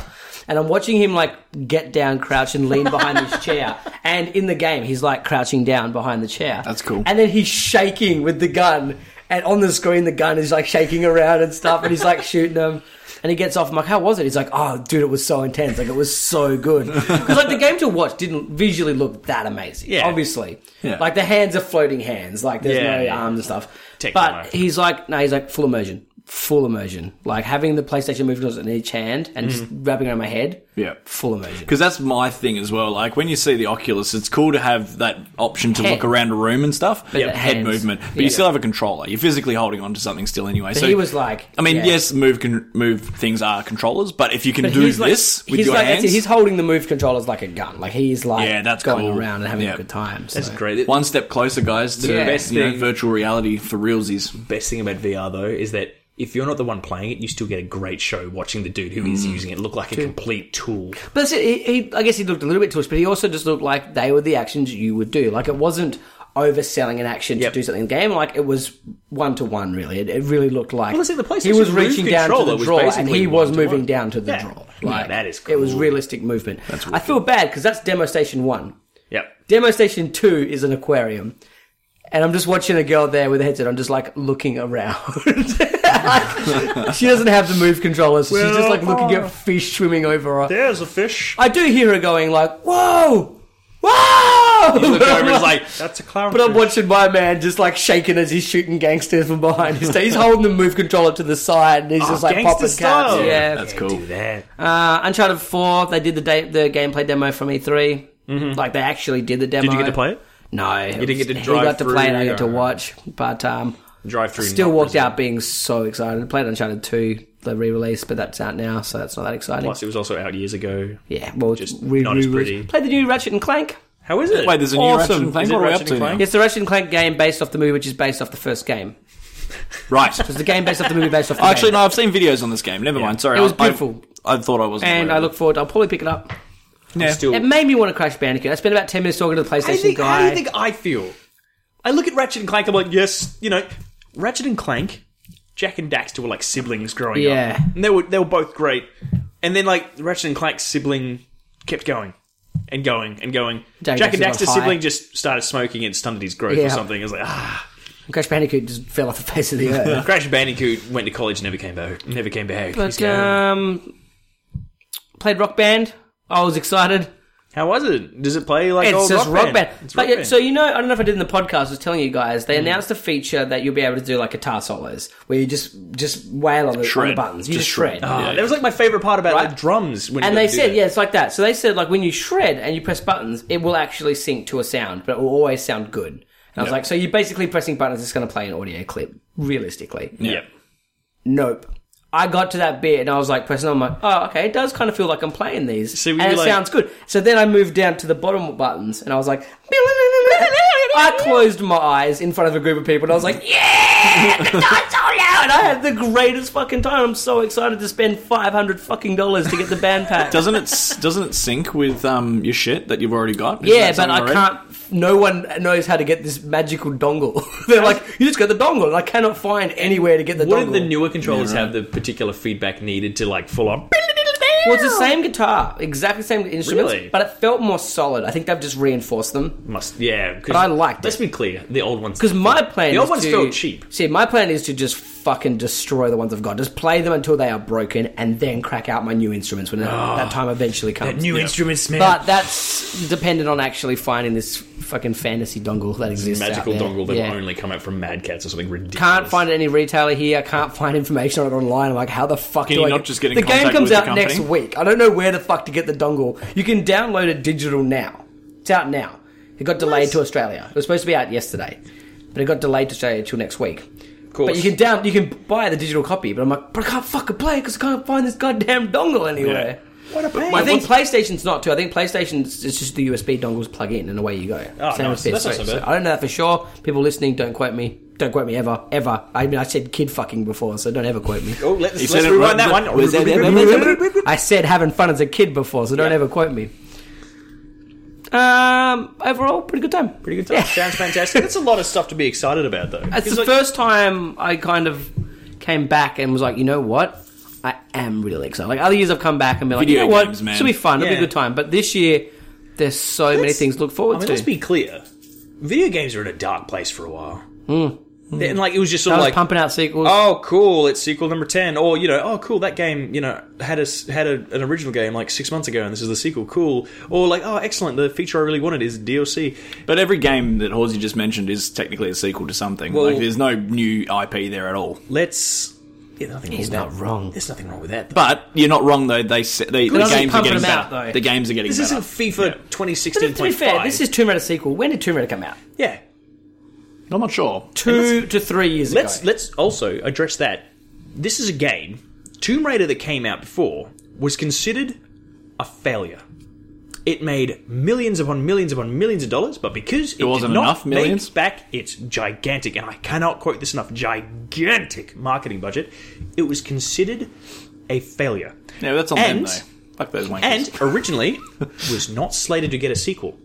S1: And I'm watching him like get down, crouch, and lean behind his chair. And in the game, he's like crouching down behind the chair.
S2: That's cool.
S1: And then he's shaking with the gun. And on the screen, the gun is like shaking around and stuff. And he's like shooting them. And he gets off. I'm like, how was it? He's like, oh, dude, it was so intense. Like, it was so good. Because, like, the game to watch didn't visually look that amazing.
S3: Yeah.
S1: Obviously.
S2: Yeah.
S1: Like, the hands are floating hands. Like, there's
S3: Yeah,
S1: no
S3: yeah.
S1: arms and stuff.
S3: Tech demo.
S1: but he's like, no, he's like, full immersion. Full immersion. Like, having the PlayStation Move controls in each hand and just
S3: Mm-hmm.
S1: wrapping around my head.
S2: Yeah.
S1: Full immersion.
S2: Because that's my thing as well. Like when you see the Oculus, it's cool to have that option to
S1: Head.
S2: look around a room and stuff.
S1: But the
S2: head
S1: hands.
S2: movement, but
S1: Yeah.
S2: you still have a controller. You're physically holding onto something still anyway. so
S1: he was like-
S2: I mean,
S1: yeah.
S2: yes, move can move things are controllers, but if you can
S1: But
S2: do
S1: he's like-
S2: this with
S1: he's
S2: your
S1: like, that's it.
S2: hands,
S1: He's holding the move controllers like a gun. Like, he's like
S2: Yeah, that's
S1: going
S2: cool.
S1: around and having
S2: Yeah.
S1: a good time. So.
S3: That's great. It-
S2: one step closer, guys, to
S1: Yeah.
S3: Best
S2: you know,
S3: thing-
S2: virtual reality for realsies.
S3: best thing about VR though is that if you're not the one playing it, you still get a great show watching the dude who is using it look like a complete tool.
S1: But that's it. He, he, I guess he looked a little bit toolish, but he also just looked like they were the actions you would do. Like it wasn't overselling an action
S3: Yep.
S1: to do something in the game. Like it was one to one. Really, it, it really looked like.
S3: Well, that's it, the PlayStation
S1: he was
S3: Move
S1: reaching down to
S3: controller
S1: the
S3: was
S1: drawer, and
S3: basically
S1: he was
S3: one-to-one.
S1: moving down to the
S3: Yeah.
S1: drawer.
S3: Yeah,
S1: Like,
S3: that is
S1: It was
S3: cool.
S1: realistic movement. I feel bad because that's demo station one.
S3: Yep.
S1: Demo station two is an aquarium. And I'm just watching a girl there with a headset. I'm just like looking around. Like, she doesn't have the move controllers. So she's just like looking
S3: uh,
S1: at fish swimming over her.
S3: There's a fish.
S1: I do hear her going like, "Whoa, whoa!"
S2: Look over, it's like
S3: That's a clown.
S1: but I'm watching my man just like shaking as he's shooting gangsters from behind his. He's holding the move controller to the side and he's just like
S3: Oh, gangster
S1: popping
S3: style. Yeah,
S1: caps. Yeah.
S2: that's cool.
S3: do that.
S1: Uh, Uncharted Four. They did the da- the gameplay demo from E3. Like they actually did the demo.
S3: Mm-hmm. Did you get to play it?
S1: No, you
S3: didn't get to
S1: He
S3: drive
S1: got to play it. I
S3: through,
S1: got to
S3: uh,
S1: watch, but um,
S3: Drive through.
S1: still walked out being so excited. Played Uncharted Two, the re-release, but that's out now, so that's not that exciting.
S3: Plus, it was also out years ago.
S1: yeah, well,
S3: Just
S1: we,
S3: not as pretty.
S1: Played the new Ratchet and Clank.
S3: How is it?
S2: Wait, there's a new
S1: Awesome.
S2: Ratchet and Clank.
S3: Is it
S2: What are we
S3: Ratchet
S2: up to
S3: and
S2: now?
S3: Clank?
S1: It's the Ratchet and Clank game based off the movie, which is based off the first game.
S2: Right.
S1: It's the game based off the movie, based off the
S2: Actually,
S1: game.
S2: no. I've seen videos on this game. Never mind. Sorry.
S1: It was
S2: I- I-
S1: beautiful.
S2: I, thought I wasn't.
S1: And
S2: aware
S1: I
S2: of
S1: look forward. I'll probably pick it up.
S2: Yeah.
S3: Still,
S1: It made me want to Crash Bandicoot. I spent about ten minutes talking to the PlayStation
S3: I think,
S1: guy.
S3: how do you think I feel? I look at Ratchet and Clank. I'm like, yes, you know, Ratchet and Clank, Jack and Daxter were like siblings growing up.
S1: Yeah.
S3: and they were they were both great. And then like Ratchet and Clank's sibling kept going and going and going.
S1: Jack
S3: Jack,
S1: and
S3: and
S1: Daxter got
S3: Daxter's
S1: high.
S3: sibling just started smoking and stunted his growth
S1: Yeah.
S3: or something. It was like ah.
S1: Crash Bandicoot just fell off the face of the earth.
S3: Crash Bandicoot went to college, never came back. Never came back. He's
S1: but
S3: gone.
S1: um, played Rock Band. I was excited.
S3: How was it? Does it play like
S1: It's
S3: old
S1: just rock band.
S3: It's
S1: But
S3: Rock
S1: yeah,
S3: Band.
S1: so you know, I don't know if I did in the podcast. I was telling you guys they announced a feature that you'll be able to do like guitar solos, where you just just wail on the, on the
S2: Shred.
S1: buttons. You
S2: Just
S1: just, shred.
S2: shred.
S3: Ah, that was like my favorite part about
S1: Right?
S3: the drums. When
S1: And
S3: you
S1: they
S3: got to do
S1: said,
S3: that.
S1: yeah, it's like that. So they said, like, when you shred and you press buttons, it will actually sync to a sound, but it will always sound good. And I was like, so you're basically pressing buttons, it's going to play an audio clip, realistically.
S2: Yeah.
S1: Nope. I got to that bit and I was like, pressing on, I'm like, oh, okay, it does kind of feel like I'm playing these.
S3: So were
S1: and
S3: you
S1: it
S3: like-
S1: sounds good. So then I moved down to the bottom buttons and I was like, I closed my eyes in front of a group of people and I was like, yeah, guitar solo! And I had the greatest fucking time. I'm so excited to spend 500 fucking dollars to get the band pack.
S2: Doesn't it s- doesn't it sync with um, your shit that you've already got? Isn't
S1: Yeah,
S2: that
S1: but
S2: something
S1: I
S2: already?
S1: can't. No one knows how to get this magical dongle. They're like, you just got the dongle, and I cannot find anywhere to get the
S3: Wouldn't
S1: dongle.
S3: the newer controllers have the particular feedback needed to like full on?
S1: well, it's the same guitar, exactly the same instruments,
S3: Really?
S1: but it felt more solid. I think they've just reinforced them.
S3: Must yeah.
S1: But I liked
S3: Let's be clear, the old ones.
S1: Because my plan
S3: The old
S1: is
S3: ones
S1: to,
S3: felt cheap.
S1: See, my plan is to just fucking destroy the ones I've got. Just play them until they are broken, and then crack out my new instruments when that, that time eventually comes.
S4: New instruments, man.
S1: but that's dependent on actually finding this fucking fantasy dongle that exists. out
S3: Magical
S1: there.
S3: dongle that
S1: Yeah.
S3: will only come out from Mad Cats or something ridiculous.
S1: Can't find any retailer here. Can't find information on it online. I'm like, how the fuck
S2: Can
S1: do
S2: you
S1: I
S2: not
S1: get-
S2: just get in
S1: the game
S2: contact
S1: comes
S2: with the
S1: out next
S2: company?
S1: week. I don't know where the fuck to get the dongle. You can download it digital now. It's out now. It got delayed to Australia. It was supposed to be out yesterday, but it got delayed to Australia till next week. Of
S3: course.
S1: But you can down, you can buy the digital copy. But I'm like, but I can't fucking play because I can't find this goddamn dongle anywhere.
S3: What a pain.
S1: I think PlayStation's not too. I think PlayStation's it's just the USB dongles plug in and away you go.
S3: Oh, nice.
S1: PS3.
S3: That's not so bad.
S1: I don't know that for sure. People listening, don't quote me. Don't quote me ever, ever. I mean, I said kid fucking before, so don't ever quote me.
S3: Oh, let's,
S2: You
S3: let's
S2: said it
S3: rewind
S2: right-
S3: that one.
S2: was that-
S1: I said having fun as a kid before, so don't
S3: Yeah.
S1: ever quote me. Um, overall, pretty good time.
S3: Pretty good time. Sounds fantastic. That's a lot of stuff to be excited about, though.
S1: It's
S3: It's
S1: the
S3: like-
S1: first time I kind of came back and was like, you know what? I am really excited. Like other years, I've come back and been like,
S2: Video
S1: you know
S2: games,
S1: what?
S2: man.
S1: This will be fun. It'll be
S3: Yeah.
S1: a good time. But this year, there's so many
S3: Let's-
S1: things to look forward
S3: I mean,
S1: to.
S3: let's be clear. Video games are in a dark place for a while. And like it was just sort
S1: I
S3: of
S1: Hmm. was
S3: like,
S1: pumping out sequels.
S3: oh, cool, it's sequel number ten, or you know, oh, cool, that game, you know, had a s had a, an original game like six months ago, and this is the sequel, cool, or like, oh, excellent, the feature I really wanted is DLC.
S2: But every game that Horsey just mentioned is technically a sequel to something.
S3: Well-
S2: like, there's no new IP there at all.
S3: Let's. Yeah, nothing wrong
S1: He's
S3: with
S1: not
S3: that.
S1: wrong.
S3: There's nothing wrong with that. But
S2: But you're not wrong though. They se- they the
S1: Good.
S2: games are
S1: Pumping
S2: getting
S1: them out,
S2: better.
S1: though.
S2: the games are getting
S3: this
S2: better.
S3: isn't FIFA
S1: But to
S3: 2016.
S1: be fair, this is Tomb Raider sequel. When did Tomb Raider come out?
S3: yeah.
S2: I'm not sure.
S1: Two to three years
S3: Let's
S1: ago.
S3: let's also address that. This is a game. Tomb Raider that came out before was considered a failure. It made millions upon millions upon millions of dollars, but because it,
S2: wasn't
S3: did not
S2: enough
S3: make
S2: millions?
S3: back its gigantic, and I cannot quote this enough, gigantic marketing budget, it was considered a failure.
S2: No, that's on
S3: And-
S2: them though. Fuck those wankers.
S3: And originally was not slated to get a sequel.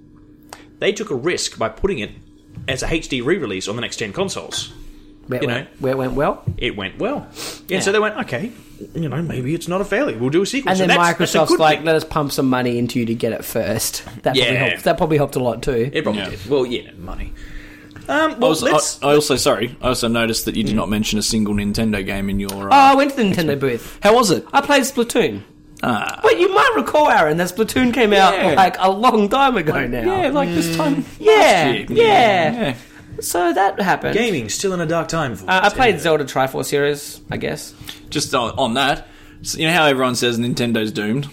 S3: They took a risk by putting it as a HD re-release on the next gen consoles
S1: Where, it
S3: you
S1: went-
S3: know.
S1: where it went well.
S3: it went well. Yeah. so they went, okay, you know, maybe it's not a failure. We'll do a sequel.
S1: And
S3: So
S1: then
S3: that's- that's a
S1: Microsoft's
S3: good
S1: like,
S3: thing.
S1: let us pump some money into you to get it first. That probably
S3: Yeah.
S1: helped. That probably helped a lot too.
S3: it probably
S2: Yeah.
S3: did. Well, yeah, money. Um, well,
S2: I, was- I-
S3: let's.
S2: I also sorry. I also noticed that you did not mention a single Nintendo game in your.
S1: Hmm. Oh,
S2: Uh,
S1: I went to the Nintendo booth.
S2: how was it?
S1: I played Splatoon.
S2: Ah.
S1: Wait, you might recall, Aaron, that Splatoon came
S2: Yeah.
S1: out like a long time ago now. Mm.
S2: yeah, like this time.
S1: Yeah,
S2: last year.
S1: yeah.
S2: yeah.
S1: So that happened.
S3: Gaming still in a dark time. For
S1: Uh, I
S3: Nintendo.
S1: played Zelda Triforce series, I guess.
S2: Just on, on that, so you know how everyone says Nintendo's doomed.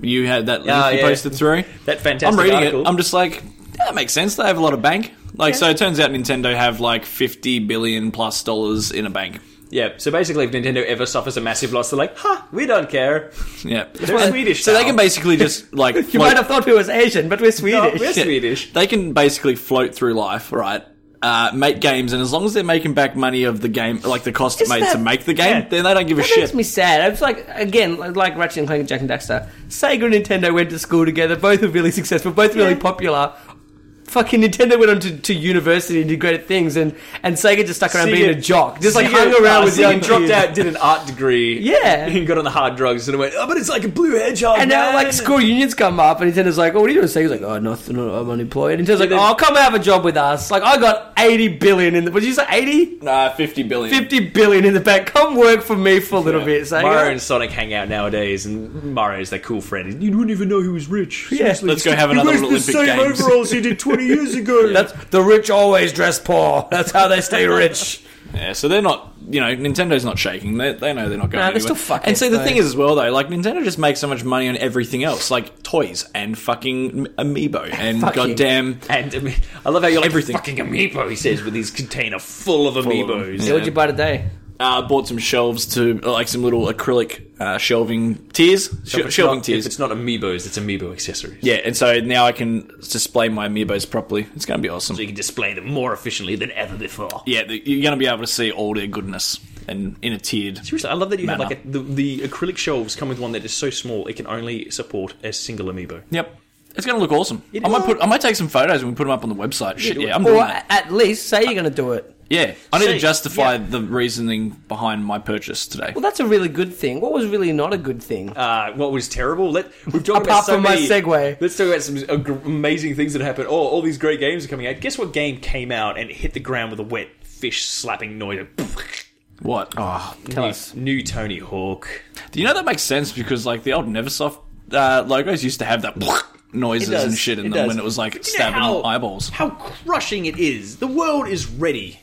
S2: You had that link
S3: Oh,
S2: you
S3: yeah.
S2: posted through.
S3: that fantastic
S2: I'm reading
S3: article.
S2: it. I'm just like, yeah, that makes sense. They have a lot of bank. Like, so it turns out Nintendo have like 50 billion plus dollars in a bank.
S3: yeah. So basically, if Nintendo ever suffers a massive loss, they're like, "Ha, we don't care.
S2: Yeah,
S3: They're
S2: And
S3: Swedish
S2: So
S3: now.
S2: they can basically just like
S1: You
S2: float-
S1: might have thought we was Asian, but we're Swedish.
S3: we're
S2: Yeah.
S3: Swedish."
S2: They can basically float through life, right? Uh, make games, and as long as they're making back money of the game, like the cost it
S1: Isn't
S2: made to
S1: that-
S2: make the game,
S3: Yeah.
S2: then they don't give a
S1: That
S2: shit.
S1: makes me sad. It's like again, like like Ratchet and Clank, and Jack and Daxter. Sega and Nintendo went to school together. Both were really successful. Both really popular. Fucking Nintendo went on to, to university and did great things, and, and Sega just stuck around
S3: Sega-
S1: being a jock, just like
S3: Sega-
S1: hung around
S3: uh,
S1: with
S3: Sega
S1: young
S3: dropped
S1: kids.
S3: out, did an art degree.
S1: Yeah.
S3: and got on the hard drugs and went. Oh, but it's like a blue hedgehog.
S1: And now,
S3: man."
S1: like school unions come up, and Nintendo's like, "Oh, what are you doing?" Sega's like, "Oh, nothing. I'm unemployed." And Nintendo's like,
S3: they-
S1: "Oh, come have a job with us." Like, I got eighty billion in the. What did you say? 80?
S2: Nah, 50 billion.
S1: 50 billion in the bank. Come work for me for a little bit, Sega.
S3: Mario and Sonic hang out nowadays, and Mario's their cool friend. You wouldn't even know he was rich. Seriously.
S2: Let's go have
S3: He
S2: another
S3: wears
S2: Olympic
S3: the same
S2: Games.
S3: overalls he did 20 years ago.
S1: That's the rich always dress poor. That's how they stay rich.
S2: Yeah, so they're not, you know, Nintendo's not shaking. They, they know they're not going
S1: Nah, they're
S2: anywhere.
S1: still fuckheads,
S2: and see, the
S1: though.
S2: thing is as well, though, like, Nintendo just makes so much money on everything else, like toys and fucking amiibo and
S1: Fucking-
S2: goddamn.
S3: and I, mean, I love how you're like,
S2: Everything.
S3: fucking amiibo, he says, with his container full of
S2: of them.
S3: amiibos.
S1: So what'd you buy today?
S2: Uh, bought some shelves to, like, some little acrylic uh, shelving tiers. Sh-
S3: If it's
S2: shelving
S3: not,
S2: tiers.
S3: If it's not amiibos, it's amiibo accessories.
S2: Yeah, and so now I can display my amiibos properly. It's going to be awesome.
S3: So you can display them more efficiently than ever before.
S2: Yeah, the, you're going to be able to see all their goodness and in a tiered.
S3: Seriously, I love that you have
S2: Manner.
S3: like a, the, the acrylic shelves come with one that is so small it can only support a single amiibo.
S2: Yep. It's going to look awesome. I might put. I might take some photos and we put them up on the website. Shit,
S3: do
S2: yeah,
S3: it.
S2: I'm doing
S1: Or
S2: that.
S1: at least say you're going to do it.
S2: Yeah, I need
S3: See,
S2: to justify
S3: yeah.
S2: the reasoning behind my purchase today.
S1: Well, that's a really good thing. What was really not a good thing?
S3: uh, what was terrible. Let we've talked about
S1: Apart
S3: so
S1: from my
S3: many-
S1: segue.
S3: Let's talk about some ag- amazing things that happened. Oh, all these great games are coming out. Guess what game came out and hit the ground with a wet fish slapping noise?
S2: What?
S1: Oh, tell us.
S3: New Tony Hawk.
S2: You know that makes sense because like the old NeverSoft uh, logos used to have that noises
S3: does,
S2: and shit in
S3: it
S2: them
S3: does.
S2: when it was like
S3: Do you know
S2: stabbing
S3: how-
S2: eyeballs.
S3: How crushing it is. The world is ready.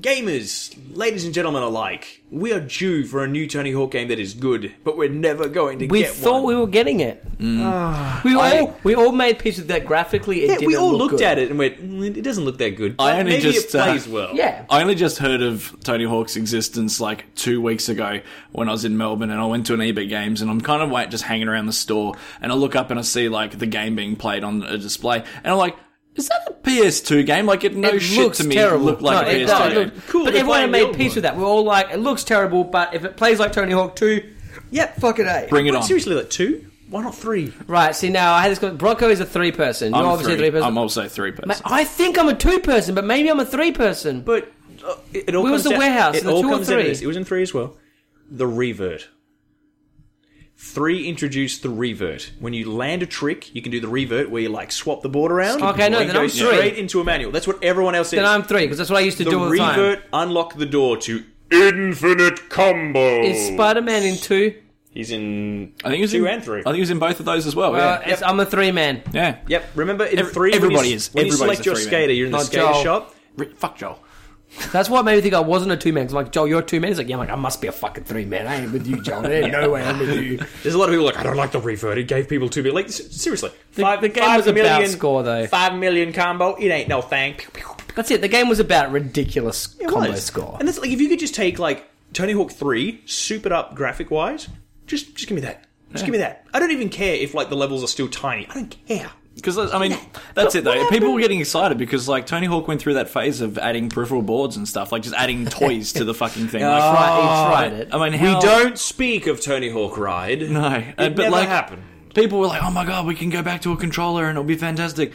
S3: Gamers, ladies and gentlemen alike, we are due for a new Tony Hawk game that is good, but we're never going to
S1: We
S3: get one.
S1: thought
S3: Mm.
S1: we were getting it. we all we all made pieces that graphically it
S3: yeah,
S1: didn't
S3: we all
S1: look
S3: looked
S1: good.
S3: at it and went, "Mm, it doesn't look that good.
S2: I
S3: but
S2: only
S3: maybe
S2: just,
S3: it
S2: uh,
S3: plays well.
S1: Yeah.
S2: I only just heard of Tony Hawk's existence like two weeks ago when I was in Melbourne and I went to an eBay Games and I'm kind of like just hanging around the store and I look up and I see like the game being played on a display and I'm like, is that a PS2 game? Like it no
S1: It
S2: shit
S1: looks
S2: to me
S1: terrible.
S2: looked like
S1: No,
S2: a
S1: it does.
S2: PS2
S1: It
S2: game.
S1: looked-
S3: Cool,
S1: but
S3: they're
S1: everyone
S3: playing
S1: had made
S3: the
S1: peace
S3: old
S1: with that. We're all like, it looks terrible, but if it plays like Tony Hawk 2, yep, fuck it, eh?
S2: Bring it
S3: Wait,
S2: on.
S3: seriously, like two? Why not three?
S1: Right, see now I had this. con- Bronco is a three person. You're
S2: I'm
S1: obviously
S2: three.
S1: a three person.
S2: I'm also three person.
S1: Ma- I think I'm a two person, but maybe I'm a three person.
S3: But uh, it, it all
S1: Where was
S3: comes
S1: the
S3: down-
S1: warehouse?
S3: It
S1: The
S3: all
S1: two or
S3: comes down to
S1: three?
S3: this. It was in three as well. The revert. Three introduced the revert. When you land a trick, you can do the revert where you like swap the board around.
S1: Okay, no,
S3: and
S1: then
S3: go
S1: I'm three.
S3: straight into a manual. That's what everyone else is.
S1: Then I'm three because that's what I used to
S3: the
S1: do all the time.
S3: revert unlocked the door to infinite combo.
S1: Is Spider Man in two?
S3: He's in.
S2: I think it was
S3: two
S2: in,
S3: and three.
S2: I think it was in both of those as well.
S1: Uh,
S2: yeah.
S1: it's- I'm a three man.
S2: yeah.
S3: Yep. Remember in three, when you-
S2: everybody is.
S3: When you
S2: Everybody's
S3: select
S2: a
S3: your
S2: three-man.
S3: skater, you're in the
S1: Not
S3: skater
S1: Joel.
S3: shop.
S2: Re- Fuck Joel.
S1: That's what made me think I wasn't a two man. Cause I'm like Joel, you're a two man. He's like, yeah, I'm like I must be a fucking three man. I ain't with you, Joel. There ain't no way I'm with you.
S3: There's a lot of people like I don't like the revert. It gave people too big. Like s- seriously, five,
S1: the game
S3: five
S1: was about
S3: million-
S1: score, though.
S3: Five million combo. It ain't no thing. Pew, pew, pew.
S1: That's it. The game was about ridiculous
S3: It
S1: combo
S3: was.
S1: score.
S3: And that's like if you could just take like Tony Hawk Three, soup it up graphic wise. Just just give me that. Just give me that. I don't even care if like the levels are still tiny. I don't care.
S2: Because uh, I mean, that's it though. People were getting excited because like Tony Hawk went through that phase of adding peripheral boards and stuff, like just adding toys to the fucking thing. Like,
S1: Right, he tried Oh, it.
S2: I mean, how,
S3: We don't speak of Tony Hawk Ride.
S2: No, uh, but
S3: never
S2: like
S3: happened.
S2: people were like, "Oh my god, we can go back to a controller and it'll be fantastic."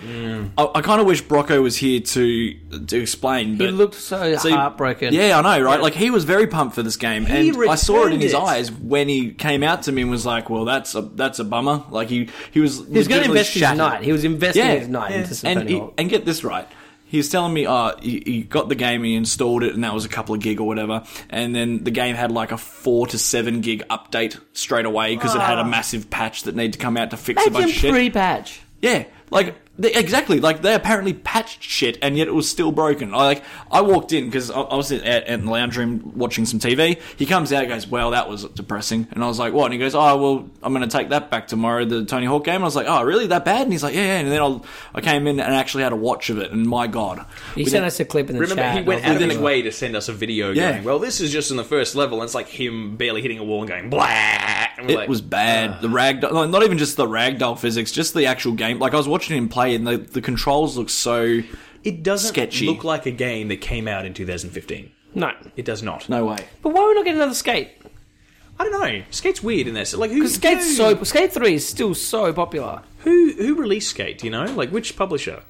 S2: I, I kind of wish Brocco was here to to explain. But
S1: He looked so,
S2: See,
S1: heartbroken.
S2: Yeah, I know, right? Like he was very pumped for this game, and I saw it in
S3: returned
S2: his
S3: it.
S2: eyes when he came out to me and was like, "Well, that's a that's a bummer." Like he he was
S1: he was going to invest his
S2: shattered.
S1: night. He was investing
S2: Yeah.
S1: his night into some
S2: and
S1: Tony
S2: he,
S1: Hawk.
S2: and get this right. He was telling me, uh, he, he got the game, he installed it, and that was a couple of gig or whatever. And then the game had like a four to seven gig update straight away because it had a massive patch that needed to come out to fix a bunch of
S1: Imagine
S2: shit.
S1: pre-patch.
S2: Yeah, like they, exactly. Like they apparently patched shit, and yet it was still broken. I like I walked in because I, I was in, at, in the lounge room watching some TV. He comes out, and goes, "Well, that was depressing," and I was like, "What?" And he goes, "Oh, well, I'm going to take that back tomorrow, the Tony Hawk game." And I was like, "Oh, really? That bad?" And he's like, "Yeah." yeah. And then I'll, I came in and actually had a watch of it, and my god,
S1: He sent us a clip in the
S3: Remember,
S1: chat.
S3: he
S1: and
S3: went
S1: I was
S3: out of
S1: like,
S3: his way to send us a video
S2: Yeah.
S3: going, well, this is just in the first level, and it's like him barely hitting a wall and going, blah. And we're
S2: It
S3: like,
S2: was bad. the ragdoll, no, not even just the ragdoll physics, just the actual game. Like I was watching him play, and the, the controls look so
S3: It doesn't
S2: sketchy.
S3: look like a game that came out in 2015.
S1: No.
S3: It does not.
S2: no way.
S1: But why would we not get another skate?
S3: I don't know. Skate's weird in this. Like who?
S1: Because skate's
S3: who,
S1: so skate three is still so popular.
S3: who who released Skate? do You know, like which publisher?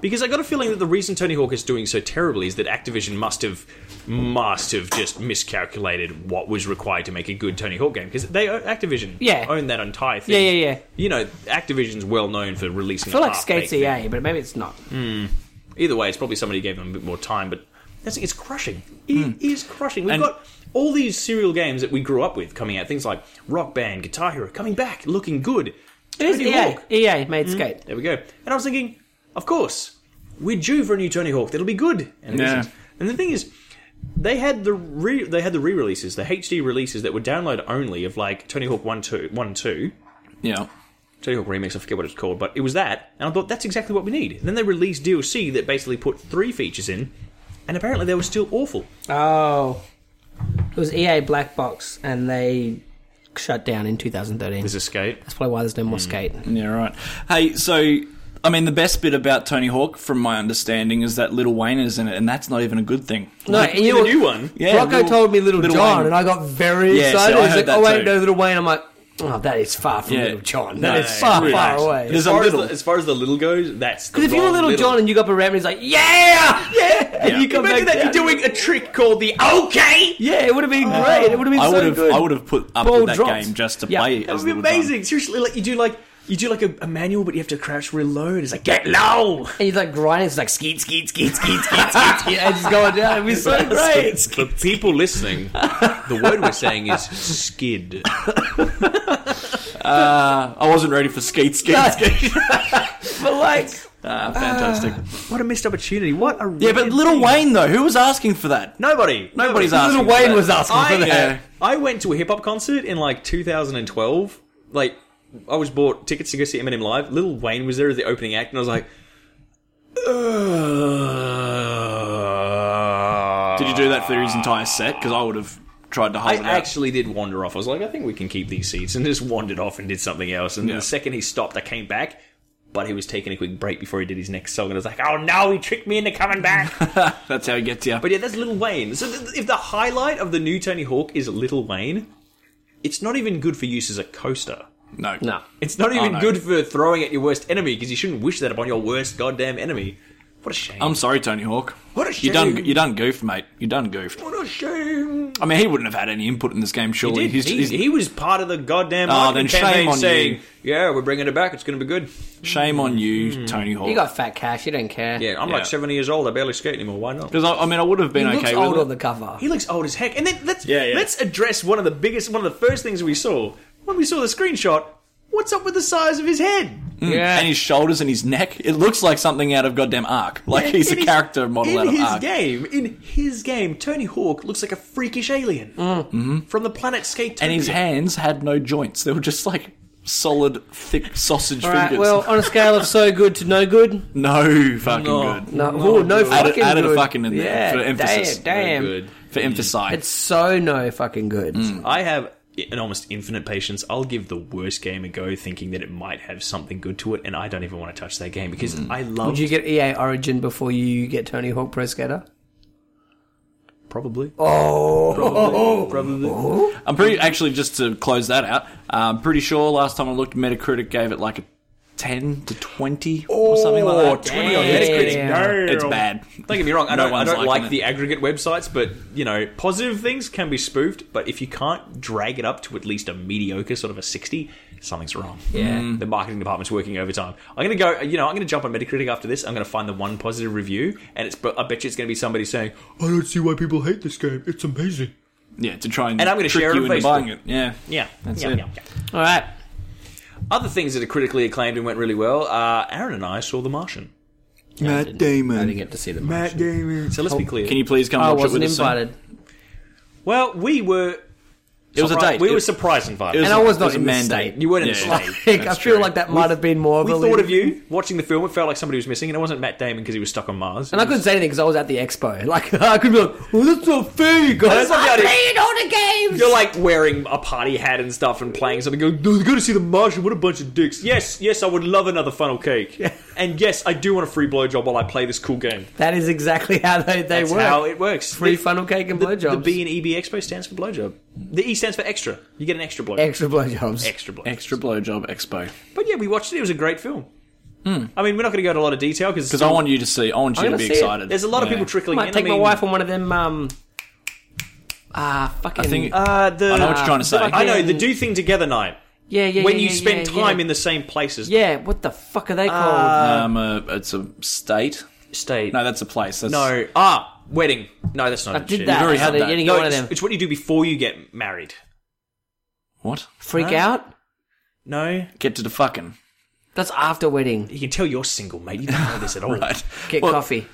S3: Because I got a feeling that the reason Tony Hawk is doing so terribly is that Activision must have must have just miscalculated what was required to make a good Tony Hawk game. Because they own Activision,
S1: Yeah.
S3: own that entire thing.
S1: Yeah, yeah, yeah.
S3: You know, Activision's well known for releasing.
S1: I feel like skate's EA, but maybe it's not.
S3: Either way, it's probably somebody gave them a bit more time, but that's, it's crushing. It is crushing. We've
S2: And-
S3: got all these serial games that we grew up with coming out. Things like Rock Band, Guitar Hero, coming back, looking good.
S1: It is
S3: Tony
S1: EA.
S3: Hawk.
S1: EA E made skate.
S3: There we go. And I was thinking, of course, we're due for a new Tony Hawk. That'll be good. And, it
S2: Yeah.
S3: isn't. and the thing is, they had the re- they had the re-releases, the HD releases that were download only of like Tony Hawk 1, 2, 1, 2,
S2: Yeah.
S3: Tony Hawk Remix, I forget what it's called, but it was that, and I thought that's exactly what we need. And then they released DLC that basically put three features in, and apparently they were still awful.
S1: Oh. It was EA Black Box, and they shut down in 2013.
S3: There's a skate.
S1: That's probably why there's no more
S2: Hmm.
S1: skate.
S2: Yeah, right. Hey, so I mean, the best bit about Tony Hawk, from my understanding, is that Little Wayne is in it, and that's not even a good thing.
S1: No, and you
S3: the
S1: know
S3: new
S1: what-
S3: one.
S2: Yeah,
S1: Rocco
S2: Little-
S1: told me Little,
S2: Little
S1: John,
S2: Wayne.
S1: and I got very
S2: Yeah, see,
S1: excited.
S2: I
S1: He's
S2: heard
S1: like,
S2: that
S1: oh, wait,
S2: too.
S1: no, Little Wayne. I'm like, oh, that is far from
S2: Yeah.
S1: Little John.
S2: No,
S1: That is far,
S2: really.
S1: far away.
S2: There's
S3: As
S2: a
S3: far,
S2: little-
S3: as the, as far as the little goes, that's the
S1: Because if you were
S3: wrong
S1: Little, John and you got up around me, he's like, yeah, yeah, and you come
S3: Imagine
S1: back
S3: that
S1: down.
S3: you're doing a trick called the okay.
S1: Yeah, it would have been great. It would have been
S2: Uh, I
S1: so
S2: would have,
S1: good.
S2: I would have put up
S1: Ball
S2: with that
S1: drops.
S2: game just to
S1: Yeah,
S2: play.
S1: that
S2: as
S3: That would be
S2: Little John.
S3: amazing. Seriously, like you do like you do like a, a manual, but you have to crouch reload. It's like get low.
S1: And he's like grinding, it's like skeet, skeet, skeet, skeet, skeet, skeet, skeet, and just going down. It'd be so great.
S4: For people listening, the word we're saying is skid.
S2: I wasn't ready for skate, skate,
S1: Ah,
S2: skate.
S1: But like,
S2: Ah, fantastic.
S3: What a missed opportunity. What a
S2: yeah, but Little Wayne though, who was asking for that?
S3: nobody, Nobody.
S2: Nobody's asking.
S1: Little
S2: for
S1: Wayne
S2: that.
S1: was asking for
S3: I,
S1: that.
S2: Yeah.
S3: I went to a hip hop concert in like 2012. Like, I was bought tickets to go see Eminem live. Little Wayne was there as the opening act, and I was like, "Ugh."
S2: Did you do that for his entire set? Because I would have tried to
S3: I
S2: hold it out.
S3: actually did wander off. I was like, I think we can keep these seats, and just wandered off and did something else. And
S2: Yeah.
S3: the second he stopped, I came back, but he was taking a quick break before he did his next song, and I was like, oh no, he tricked me into coming back.
S2: That's how he gets you.
S3: But yeah, that's Little Wayne. So th- if the highlight of the new Tony Hawk is Little Wayne, it's not even good for use as a coaster.
S2: no,
S1: No.
S3: It's not even
S2: Oh, no.
S3: good for throwing at your worst enemy because you shouldn't wish that upon your worst goddamn enemy. What a shame.
S2: I'm sorry, Tony Hawk.
S3: What a
S2: You done?
S3: shame.
S2: You done goofed, mate. You done goofed.
S3: what a shame.
S2: I mean, he wouldn't have had any input in this game, surely.
S3: Dude,
S2: He's-
S3: he,
S2: he's-
S3: he was part of the goddamn
S2: Oh,
S3: marketing
S2: then shame
S3: campaign
S2: on you.
S3: saying, "Yeah, we're bringing it back. It's going to be good."
S2: shame on you, Tony Hawk.
S1: You got fat cash, you don't care.
S3: Yeah, I'm
S2: Yeah.
S3: like 70 years old. I barely skate anymore. Why not?
S2: Because I, I mean, I would have been
S1: He looks
S2: okay
S1: old
S2: with
S1: on
S2: it.
S1: the cover.
S3: He looks old as heck. And then let's
S2: Yeah, yeah.
S3: let's address one of the biggest, one of the first things we saw when we saw the screenshot. What's up with the size of his head?
S1: yeah.
S2: And his shoulders and his neck. It looks like something out of goddamn Ark. Like he's a
S3: In his-
S2: character model
S3: in
S2: out of
S3: his
S2: Ark.
S3: game. In his game, Tony Hawk looks like a freakish alien from the planet Skate.
S2: Mm-hmm. And his hands had no joints. They were just like solid, thick sausage
S1: All right,
S2: fingers.
S1: well, on a scale of so good to no good,
S2: no fucking
S3: No.
S2: good.
S1: no, no, no
S2: Added,
S1: fucking
S2: added
S1: good.
S2: a fucking in there
S1: yeah,
S2: for emphasis.
S1: Damn, damn.
S2: For emphasize.
S1: It's so no fucking good.
S3: I have an almost infinite patience. I'll give the worst game a go, thinking that it might have something good to it, and I don't even want to touch that game because
S2: Mm.
S3: I love
S1: Did you get EA Origin before you get Tony Hawk Pro Skater?
S3: probably.
S1: Oh,
S3: Probably.
S2: Oh. I'm pretty actually just to close that out. I'm pretty sure last time I looked, Metacritic gave it like a ten to twenty or something
S1: Oh,
S2: like that.
S3: 20 on
S1: Yeah.
S3: Metacritic.
S1: Yeah.
S2: It's bad.
S3: Don't get me wrong. I
S2: No
S3: don't, I
S2: one's
S3: don't
S2: liking
S3: like
S2: it.
S3: the aggregate websites, but you know, positive things can be spoofed. But if you can't drag it up to at least a mediocre sort of a sixty, something's wrong. Yeah, the marketing department's working overtime. I'm gonna go. You know, I'm gonna jump on Metacritic after this. I'm gonna find the one positive review, and it's. but I bet you it's gonna be somebody saying,
S5: I don't see why people hate this game. It's amazing.
S2: Yeah, to try and,
S3: And I'm gonna
S2: trick
S3: share it
S2: you
S3: on
S2: into
S3: Facebook.
S2: buying it. Yeah,
S3: "Yeah,
S2: That's
S3: yeah,
S2: it.
S3: yeah, yeah."
S1: all right.
S3: Other things that are critically acclaimed and went really well. Uh, Aaron and I saw The Martian.
S5: Matt Damon.
S1: I didn't get to see them.
S5: Matt Damon.
S3: So let's be clear.
S2: Can you please come?
S1: I
S2: watch
S1: wasn't
S2: it with us soon?
S1: invited,
S3: well, we were.
S2: It was a date.
S3: We
S2: It-
S3: were surprised invited.
S2: it
S1: and I was
S2: it
S1: not
S2: a
S1: in this
S2: mandate.
S1: state.
S3: you weren't in
S2: Yeah,
S3: the
S2: yeah.
S3: state.
S1: Like, I feel like that might have been more.
S3: We
S1: of a
S3: thought
S1: lead.
S3: of you watching the film. It felt like somebody was missing, and it wasn't Matt Damon because he was stuck on Mars.
S1: and I couldn't say anything because I was at the expo. Like I could be like, "Well, that's not fair, you guys."
S3: That's not the
S1: I'm
S3: idea.
S1: playing all the games.
S3: You're like wearing a party hat and stuff and playing something. Going, "No, go to see the Martian. What a bunch of dicks. Yes, yes, I would love another funnel cake. and yes, I do want a free blowjob while I play this cool game.
S1: that is exactly how they, they
S3: That's
S1: work.
S3: how it works.
S1: Free
S3: The-
S1: funnel cake and
S3: the,
S1: blowjobs.
S3: The B and EB Expo stands for blowjob. The E stands for extra. You get an extra blowjob.
S1: extra blowjobs.
S3: extra blowjob.
S2: Extra blowjob expo
S3: But yeah, we watched it. It was a great film. I mean, we're not going to go into a lot of detail Hmm. because
S2: because I want you to see. I want you
S1: I'm gonna
S2: to be
S1: see it.
S2: excited.
S3: There's a lot of
S2: Yeah.
S3: people trickling
S1: Might
S3: in.
S1: take
S3: I
S1: my
S3: mean,
S1: wife on one of them. Um, ah, fucking.
S2: I think
S3: Uh, the,
S2: I know what you're trying to say.
S3: I know the do thing together night.
S1: yeah, yeah.
S3: when
S1: yeah,
S3: you
S1: yeah,
S3: spend
S1: yeah,
S3: time
S1: yeah.
S3: in the same places.
S1: Yeah, what the fuck are they called?
S2: um, uh, it's a state.
S3: State.
S2: No,
S3: No,
S2: that's a place. That's,
S3: Ah, wedding. No, that's not.
S1: I
S3: it.
S1: did
S3: Shit.
S1: that.
S2: You've already
S1: so
S2: had
S1: they're
S2: that.
S1: getting
S3: No,
S1: one of
S3: it's,
S1: them.
S3: it's what you do before you get married.
S2: what.
S1: Freak out.
S3: No,
S2: Get to the fucking
S1: That's after wedding.
S3: you can tell you're single, mate. You don't know this at all.
S2: right.
S1: Get
S2: Well,
S1: coffee.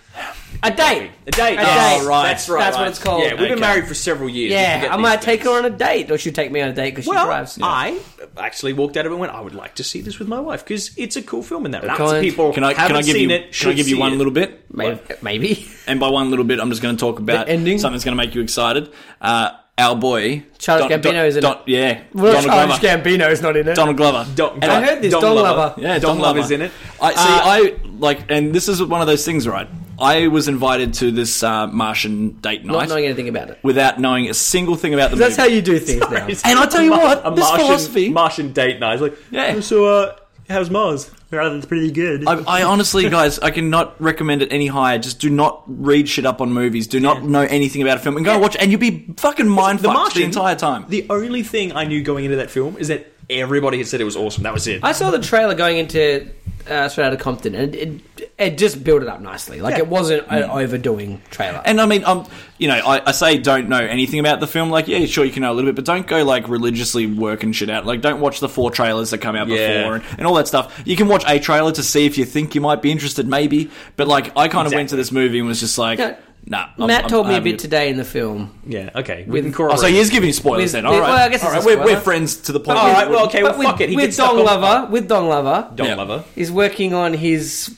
S1: A date.
S3: A date.
S1: A
S3: yes.
S1: date.
S2: Oh, right.
S3: That's right.
S1: That's what
S3: right.
S1: it's called.
S3: Yeah, we've been
S2: Okay.
S3: married for several years. You
S1: Yeah,
S3: forget
S1: I
S3: these
S1: might take
S3: things.
S1: her on a date, or she'll take me on a date because she
S3: Well, uh,
S1: drives.
S3: I actually walked out of it and went, I would like to see this with my wife because it's a cool film and that. Lots
S1: Colin,
S3: of people
S2: Can I?
S3: haven't
S2: Can I give
S3: seen
S2: you?
S3: it.
S2: Can I
S3: should
S2: give you
S3: see
S2: one
S3: it.
S2: little bit?
S1: maybe. maybe.
S2: And by one little bit, I'm just going to talk about
S1: The ending?
S2: something that's going to make you excited. Uh, our boy
S1: Charles Gambino's in it.
S2: Yeah,
S1: Well,
S2: Donald
S1: Charles
S2: Glover.
S1: Gambino's not in it.
S2: Donald Glover.
S3: Don-
S2: And
S1: I heard this
S3: Don
S1: Don
S3: Lover.
S1: Lover.
S2: Yeah,
S3: Don Uh,
S2: Don
S3: Love
S2: Glover
S3: is in it.
S2: I see. I like, and this is one of those things, right? I was invited to this uh, Martian date
S1: Not
S2: night
S1: knowing anything about it.
S2: without knowing a single thing about the
S1: That's how
S2: movie.
S1: you do things now.
S2: and I tell you what,
S3: a
S2: this
S3: Martian,
S2: philosophy.
S3: Martian date night. It's like,
S2: Yeah.
S3: So, uh, how's Mars? It's pretty good.
S2: I, I honestly, guys, I cannot recommend it any higher. Just do not read shit up on movies. Do not know anything about a film, and go and watch, and you'll be fucking mind fucked the entire time.
S3: The only thing I knew going into that film is that Everybody had said it was awesome. That was it.
S1: I saw the trailer going into uh, Straight Outta Compton, and it, it, it just built it up nicely. Like it wasn't an overdoing trailer.
S2: And I mean, um, you know, I, I say don't know anything about the film. Like, yeah, sure, you can know a little bit, but don't go like religiously working shit out. Like, don't watch the four trailers that come out
S3: Yeah.
S2: before and, and all that stuff. You can watch a trailer to see if you think you might be interested, maybe. But like, I kind of went to this movie and was just like,
S1: Yeah.
S2: nah. I'm-
S1: Matt
S2: I'm-
S1: told
S2: I
S1: me a
S2: haven't-
S1: bit today in the film.
S3: yeah, okay. We can
S2: Oh, so
S3: corroborate.
S2: he is giving you
S1: With-
S2: spoilers then.
S1: with-
S2: All right,
S1: well, I guess
S2: all
S1: it's
S2: right.
S1: a
S2: We're, we're
S1: spoiler. Oh,
S2: friends to the point.
S3: All
S2: where-
S3: right, well, okay, well,
S1: with,
S3: fuck it. He
S1: with
S3: gets stuck
S1: Dong
S3: on-
S1: Lover, with Dong Lover,
S3: Dong
S2: Yeah.
S3: Lover.
S1: is working on his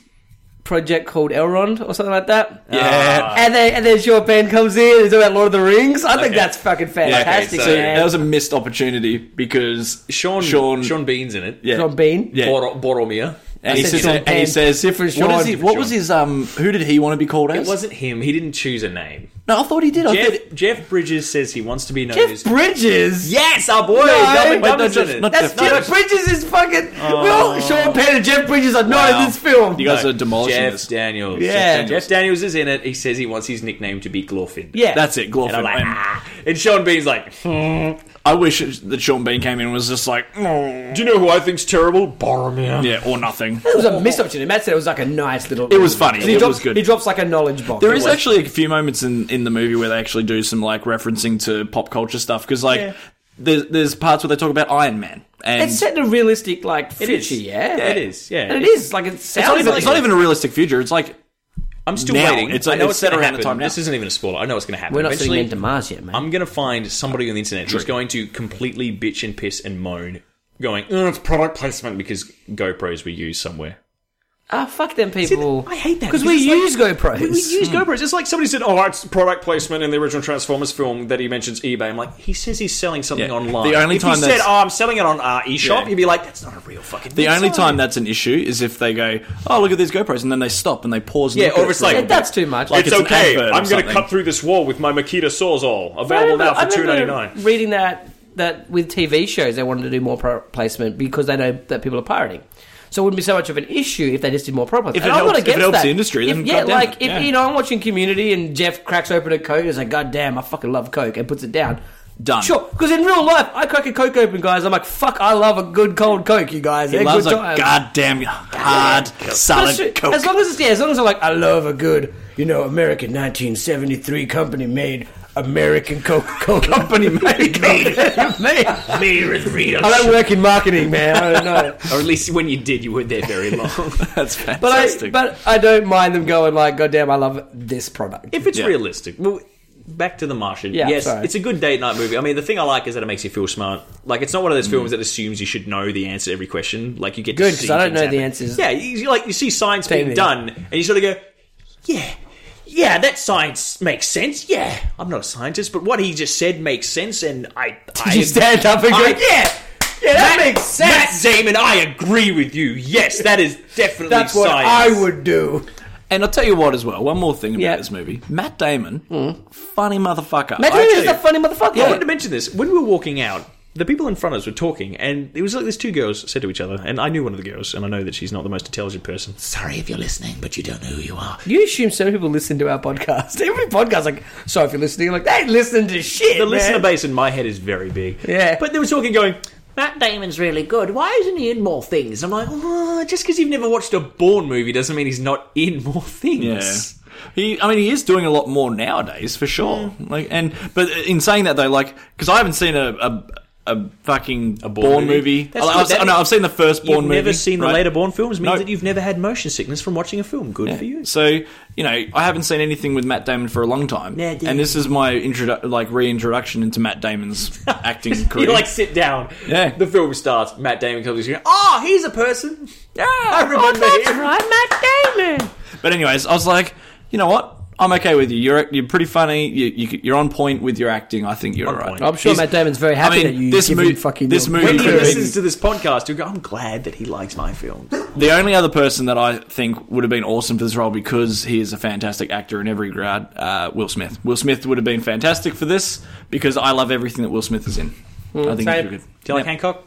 S1: project called Elrond or something like that. Uh,
S2: yeah.
S1: And then, and then your band comes in and talk about Lord of the Rings. I think
S3: Okay.
S1: that's fucking
S2: Yeah,
S1: fantastic,
S2: so
S1: man.
S2: that was a missed opportunity because
S3: Sean, Sean,
S2: Sean,
S3: Sean Bean's in it.
S2: yeah.
S1: John Bean.
S2: Yeah.
S3: Bor- Boromir.
S2: and
S1: I
S2: he
S1: said
S2: sits
S1: Sean
S2: there and he
S1: Penn.
S2: says,
S1: Different
S2: What,
S1: Sean.
S2: is he, what was
S1: Sean.
S2: his um? Who did he want to be called as?
S3: It wasn't him. He didn't choose a name.
S2: no, I thought he did. I thought
S3: Jeff, Jeff Bridges says he wants to be known as.
S1: Jeff Bridges.
S3: yes, our boy.
S1: wait,
S3: Melvin
S2: no,
S3: Gummer's in
S2: Jeff-
S3: it.
S2: not
S1: That's
S2: No,
S1: Jeff Bridges Oh. is fucking. Well, Sean Penn and Jeff Bridges are not
S2: Wow.
S1: in this film.
S2: You guys are demolishing
S3: Jeff
S2: this.
S3: Daniels.
S1: Yeah.
S3: Jeff Daniels. Jeff Daniels is in it. He says he wants his nickname to be Glorfin.
S1: yeah,
S2: That's it, Glorfin.
S3: And I'm like,
S2: And
S3: ah. And Sean Bean's like, "Hmm." do
S2: I wish it- that Sean Bean came in and was just like, "Mm,
S3: you know who I think's terrible? Boromir.
S2: yeah, or nothing.
S1: It was a missed opportunity. Matt said it was like a nice little.
S2: It was funny.
S1: He
S2: It
S1: drops,
S2: was good.
S1: He drops like a knowledge bomb.
S2: There is actually a few moments in, in the movie where they actually do some like referencing to pop culture stuff because like there's, there's parts where they talk about Iron Man and
S1: It's set in a realistic like future.
S3: is.
S1: Yeah?
S3: It is. Yeah.
S1: And it is like it sounds.
S2: it's, not even,
S1: like
S2: it's not
S1: it.
S2: even a realistic future. It's like
S3: I'm still
S2: Now.
S3: waiting.
S2: It's-
S3: I know
S2: it's
S3: it's
S2: set
S3: set
S2: around the
S3: around
S2: time now.
S3: This isn't even a spoiler. I know it's going to happen.
S1: We're not sitting
S3: Eventually,
S1: into Mars yet, man.
S3: I'm going to find somebody on the internet who's going to completely bitch and piss and moan, going, oh, it's product placement because GoPros were used somewhere.
S1: Ah, fuck them people.
S3: I hate that,
S1: because
S3: because
S1: we use
S3: it's
S1: GoPros.
S3: We use
S2: Hmm.
S3: GoPros. It's like somebody said, oh, it's product placement in the original Transformers film that he mentions eBay. I'm like, he says he's selling something
S2: Yeah.
S3: online.
S2: The only
S3: if
S2: time
S3: he said,
S2: that's-
S3: oh, I'm selling it on uh, eShop,
S2: Yeah.
S3: you'd be like, that's not a real fucking
S2: the only
S3: website."
S2: time that's an issue is if they go, oh look at these GoPros, and then they stop and they pause. And
S3: Yeah,
S2: look at
S3: or
S2: it
S3: it's
S2: for a
S3: like-
S2: little bit.
S1: That's too much.
S2: Like
S3: It's,
S2: it's an
S3: okay.
S2: advert or
S3: I'm going to
S2: something.
S3: cut through this wall with my Makita Sawzall,
S1: I
S3: available now
S1: remember-
S3: for two
S1: I
S3: ninety
S1: remember
S3: nine.
S1: Reading that that with TV shows, they wanted to do more pro placement because they know that people are pirating. So it wouldn't be so much of an issue if they just did more pro placement.
S2: it
S1: And I'm
S2: helps-
S1: not
S2: if it
S1: against
S2: helps
S1: that.
S2: the industry,
S1: If-
S2: then
S1: yeah,
S2: goddamn
S1: like
S2: it,
S1: if
S2: yeah.
S1: you know, I'm watching Community and Jeff cracks open a Coke and is like, "God damn, I fucking love Coke," and puts it down.
S2: Done.
S1: Sure, because in real life, I crack a Coke open, guys. I'm like, "Fuck, I love a good cold Coke, you guys." They're
S2: He loves
S1: good
S2: a
S1: times."
S2: goddamn hard
S1: That's
S2: solid
S1: true.
S2: Coke.
S1: As long as it's yeah, as long as I'm like, I love a good, you know, American 1973 company made American Coca-Cola company made made made. I don't work in marketing, man. I don't know.
S3: Or at least when you did, you weren't there very long.
S2: that's
S1: But
S2: fantastic.
S1: I, but I don't mind them going like, God damn, I love this product.
S3: if it's
S2: Yeah.
S3: realistic. Well, back to the Martian.
S1: Yeah,
S3: yes,
S1: sorry.
S3: it's a good date night movie. I mean, the thing I like is that it makes you feel smart. Like, it's not one of those films that assumes you should know the answer to every question. Like, you get to
S1: Mm. Good,
S3: see
S1: 'cause I don't
S3: things
S1: know the
S3: happen.
S1: answers.
S3: Yeah, you, you like you see science
S1: Tell me.
S3: being done, and you sort of go, yeah. Yeah, that science makes sense. Yeah, I'm not a scientist, but what he just said makes sense, and I. Did I,
S1: you stand up and go,
S3: I- yeah, yeah, that
S1: makes sense.
S3: Matt Damon, I agree with you. Yes, that is definitely
S1: That's what
S3: science.
S1: I would do.
S2: and I'll tell you what as well. One more thing about
S1: Yeah.
S2: this movie: Matt Damon,
S3: Mm.
S2: funny motherfucker.
S1: Matt
S2: I
S1: Damon
S2: tell
S1: is
S2: you-
S1: a funny motherfucker.
S3: I wanted to mention this. When we were walking out, the people in front of us were talking, and it was like these two girls said to each other, and I knew one of the girls, and I know that she's not the most intelligent person. Sorry if you're listening, but you don't know who you are.
S1: You assume so many people listen to our podcast. Every podcast, like, sorry if you're listening, like, they ain't listening to shit.
S3: The
S1: man.
S3: listener base in my head is very big.
S1: Yeah.
S3: But they were talking, going,
S6: Matt Damon's really good. Why isn't he in more things? I'm like,
S3: "Oh, just because you've never watched a Bourne movie doesn't mean he's not in more
S2: Yeah.
S3: things.
S2: He, I mean, he is doing a lot more nowadays for sure.
S3: Mm.
S2: Like, and but in saying that though, like, because I haven't seen a a, a fucking a
S3: Bourne
S2: Bourne
S3: movie?
S2: movie.
S3: That's
S2: I,
S3: good.
S2: I've, se-
S3: That-
S2: no, I've seen the first Bourne
S3: You've
S2: movie.
S3: never seen the
S2: right?
S3: later Bourne films means
S2: No.
S3: that you've never had motion sickness from watching a film. Good for you.
S2: So you know, I haven't seen anything with Matt Damon for a long time,
S6: Yeah, dude.
S2: and this is my introdu- like reintroduction into Matt Damon's acting career.
S3: You like sit down.
S2: Yeah.
S3: The film starts. Matt Damon comes. He's going, "Oh, he's a person. Yeah, I
S1: Oh,
S3: remember
S1: that's
S3: him."
S1: right, Matt Damon.
S2: But anyways, I was like, you know what? I'm okay with you. You're you're pretty funny. You, you you're on point with your acting. I think you're all right.
S3: point.
S1: I'm sure
S2: He's-
S1: Matt Damon's very
S2: I
S1: happy that
S2: mean,
S1: you
S2: this,
S1: give
S2: mo-
S1: him fucking
S2: this
S1: your-
S2: movie.
S3: When he
S2: could have been-
S3: listens to this podcast, he'll go, I'm glad that he likes my films.
S2: The only other person that I think would have been awesome for this role because he is a fantastic actor in every regard, uh, Will Smith. Will Smith would have been fantastic
S3: Hmm.
S2: for this because I love everything that Will Smith is in. I think he's
S1: same.
S2: really good.
S3: Do you like Hancock?
S7: true.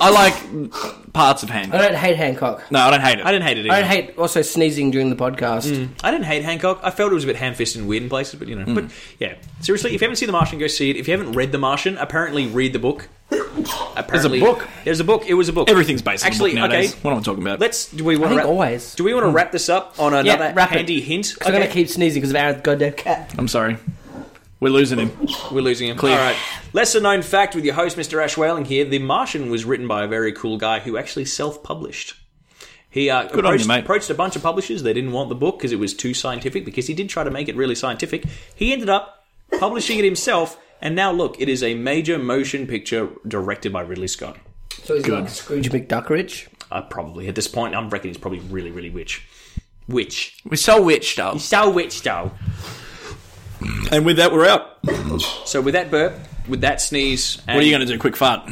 S2: I like parts of
S1: I
S2: Hancock.
S1: don't hate Hancock.
S2: No, I don't hate it.
S3: I didn't hate it. Either.
S1: I don't hate also sneezing during the podcast.
S3: I didn't hate Hancock. I felt it was a bit ham-fisted and weird in places, but you
S2: Hmm.
S3: know. But yeah, seriously, if you haven't seen The Martian, go see it. If you haven't read The Martian, apparently read the book. Apparently,
S2: book.
S3: There's a book. It was a book.
S2: Everything's based on
S3: Actually,
S2: the book nowadays.
S3: okay.
S2: What am I talking about? Hmm.
S3: Let's. Do we want to
S1: I think
S3: wrap?
S1: always.
S3: Do we want to wrap this up on
S1: Yeah,
S3: another
S1: wrap it.
S3: handy hint?
S1: 'Cause I'm gonna keep sneezing because of Aaron's goddamn cat.
S2: I'm sorry. We're losing him.
S3: We're losing him. All right. Lesser known fact with your host, Mr. Ash Whaling here. The Martian was written by a very cool guy who actually self published. He uh,
S2: on you,
S3: approached,
S2: mate.
S3: approached a bunch of publishers. They didn't want the book because it was too scientific, because he did try to make it really scientific. He ended up publishing it himself, and now look, it is a major motion picture directed by Ridley Scott.
S1: So he's like Scrooge McDuckerich.
S3: Uh, probably. At this point, I'm reckoning he's probably really, really rich. Witch.
S2: We're so witched up.
S3: So witch, though.
S2: And with that, we're out. What
S3: So with that burp, with that sneeze. And
S2: are you going to do? Quick fart.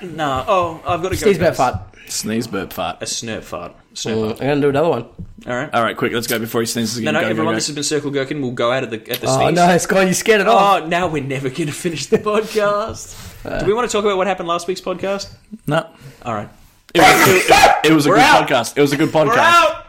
S3: No. Oh, I've got to go.
S1: Sneeze
S3: first.
S1: bad fart.
S2: Sneeze, burp,
S3: A
S2: fart.
S3: snurp fart. Snurp
S1: I'm gonna do another one.
S3: fart. All right.
S2: All right, quick. Let's go before he sneezes
S3: No,
S2: again.
S3: no,
S2: Go, go,
S3: everyone.
S2: go.
S3: This has been Circle Gherkin. We'll go out at the at the
S1: Oh
S3: sneeze.
S1: no, it's gone. You scared it off.
S3: Oh, now we're never going to finish the podcast. Do we want to talk about what happened last week's podcast?
S2: no.
S3: All right,
S2: It was, it, it was a good
S3: out.
S2: podcast. It was a good podcast.
S3: we're out.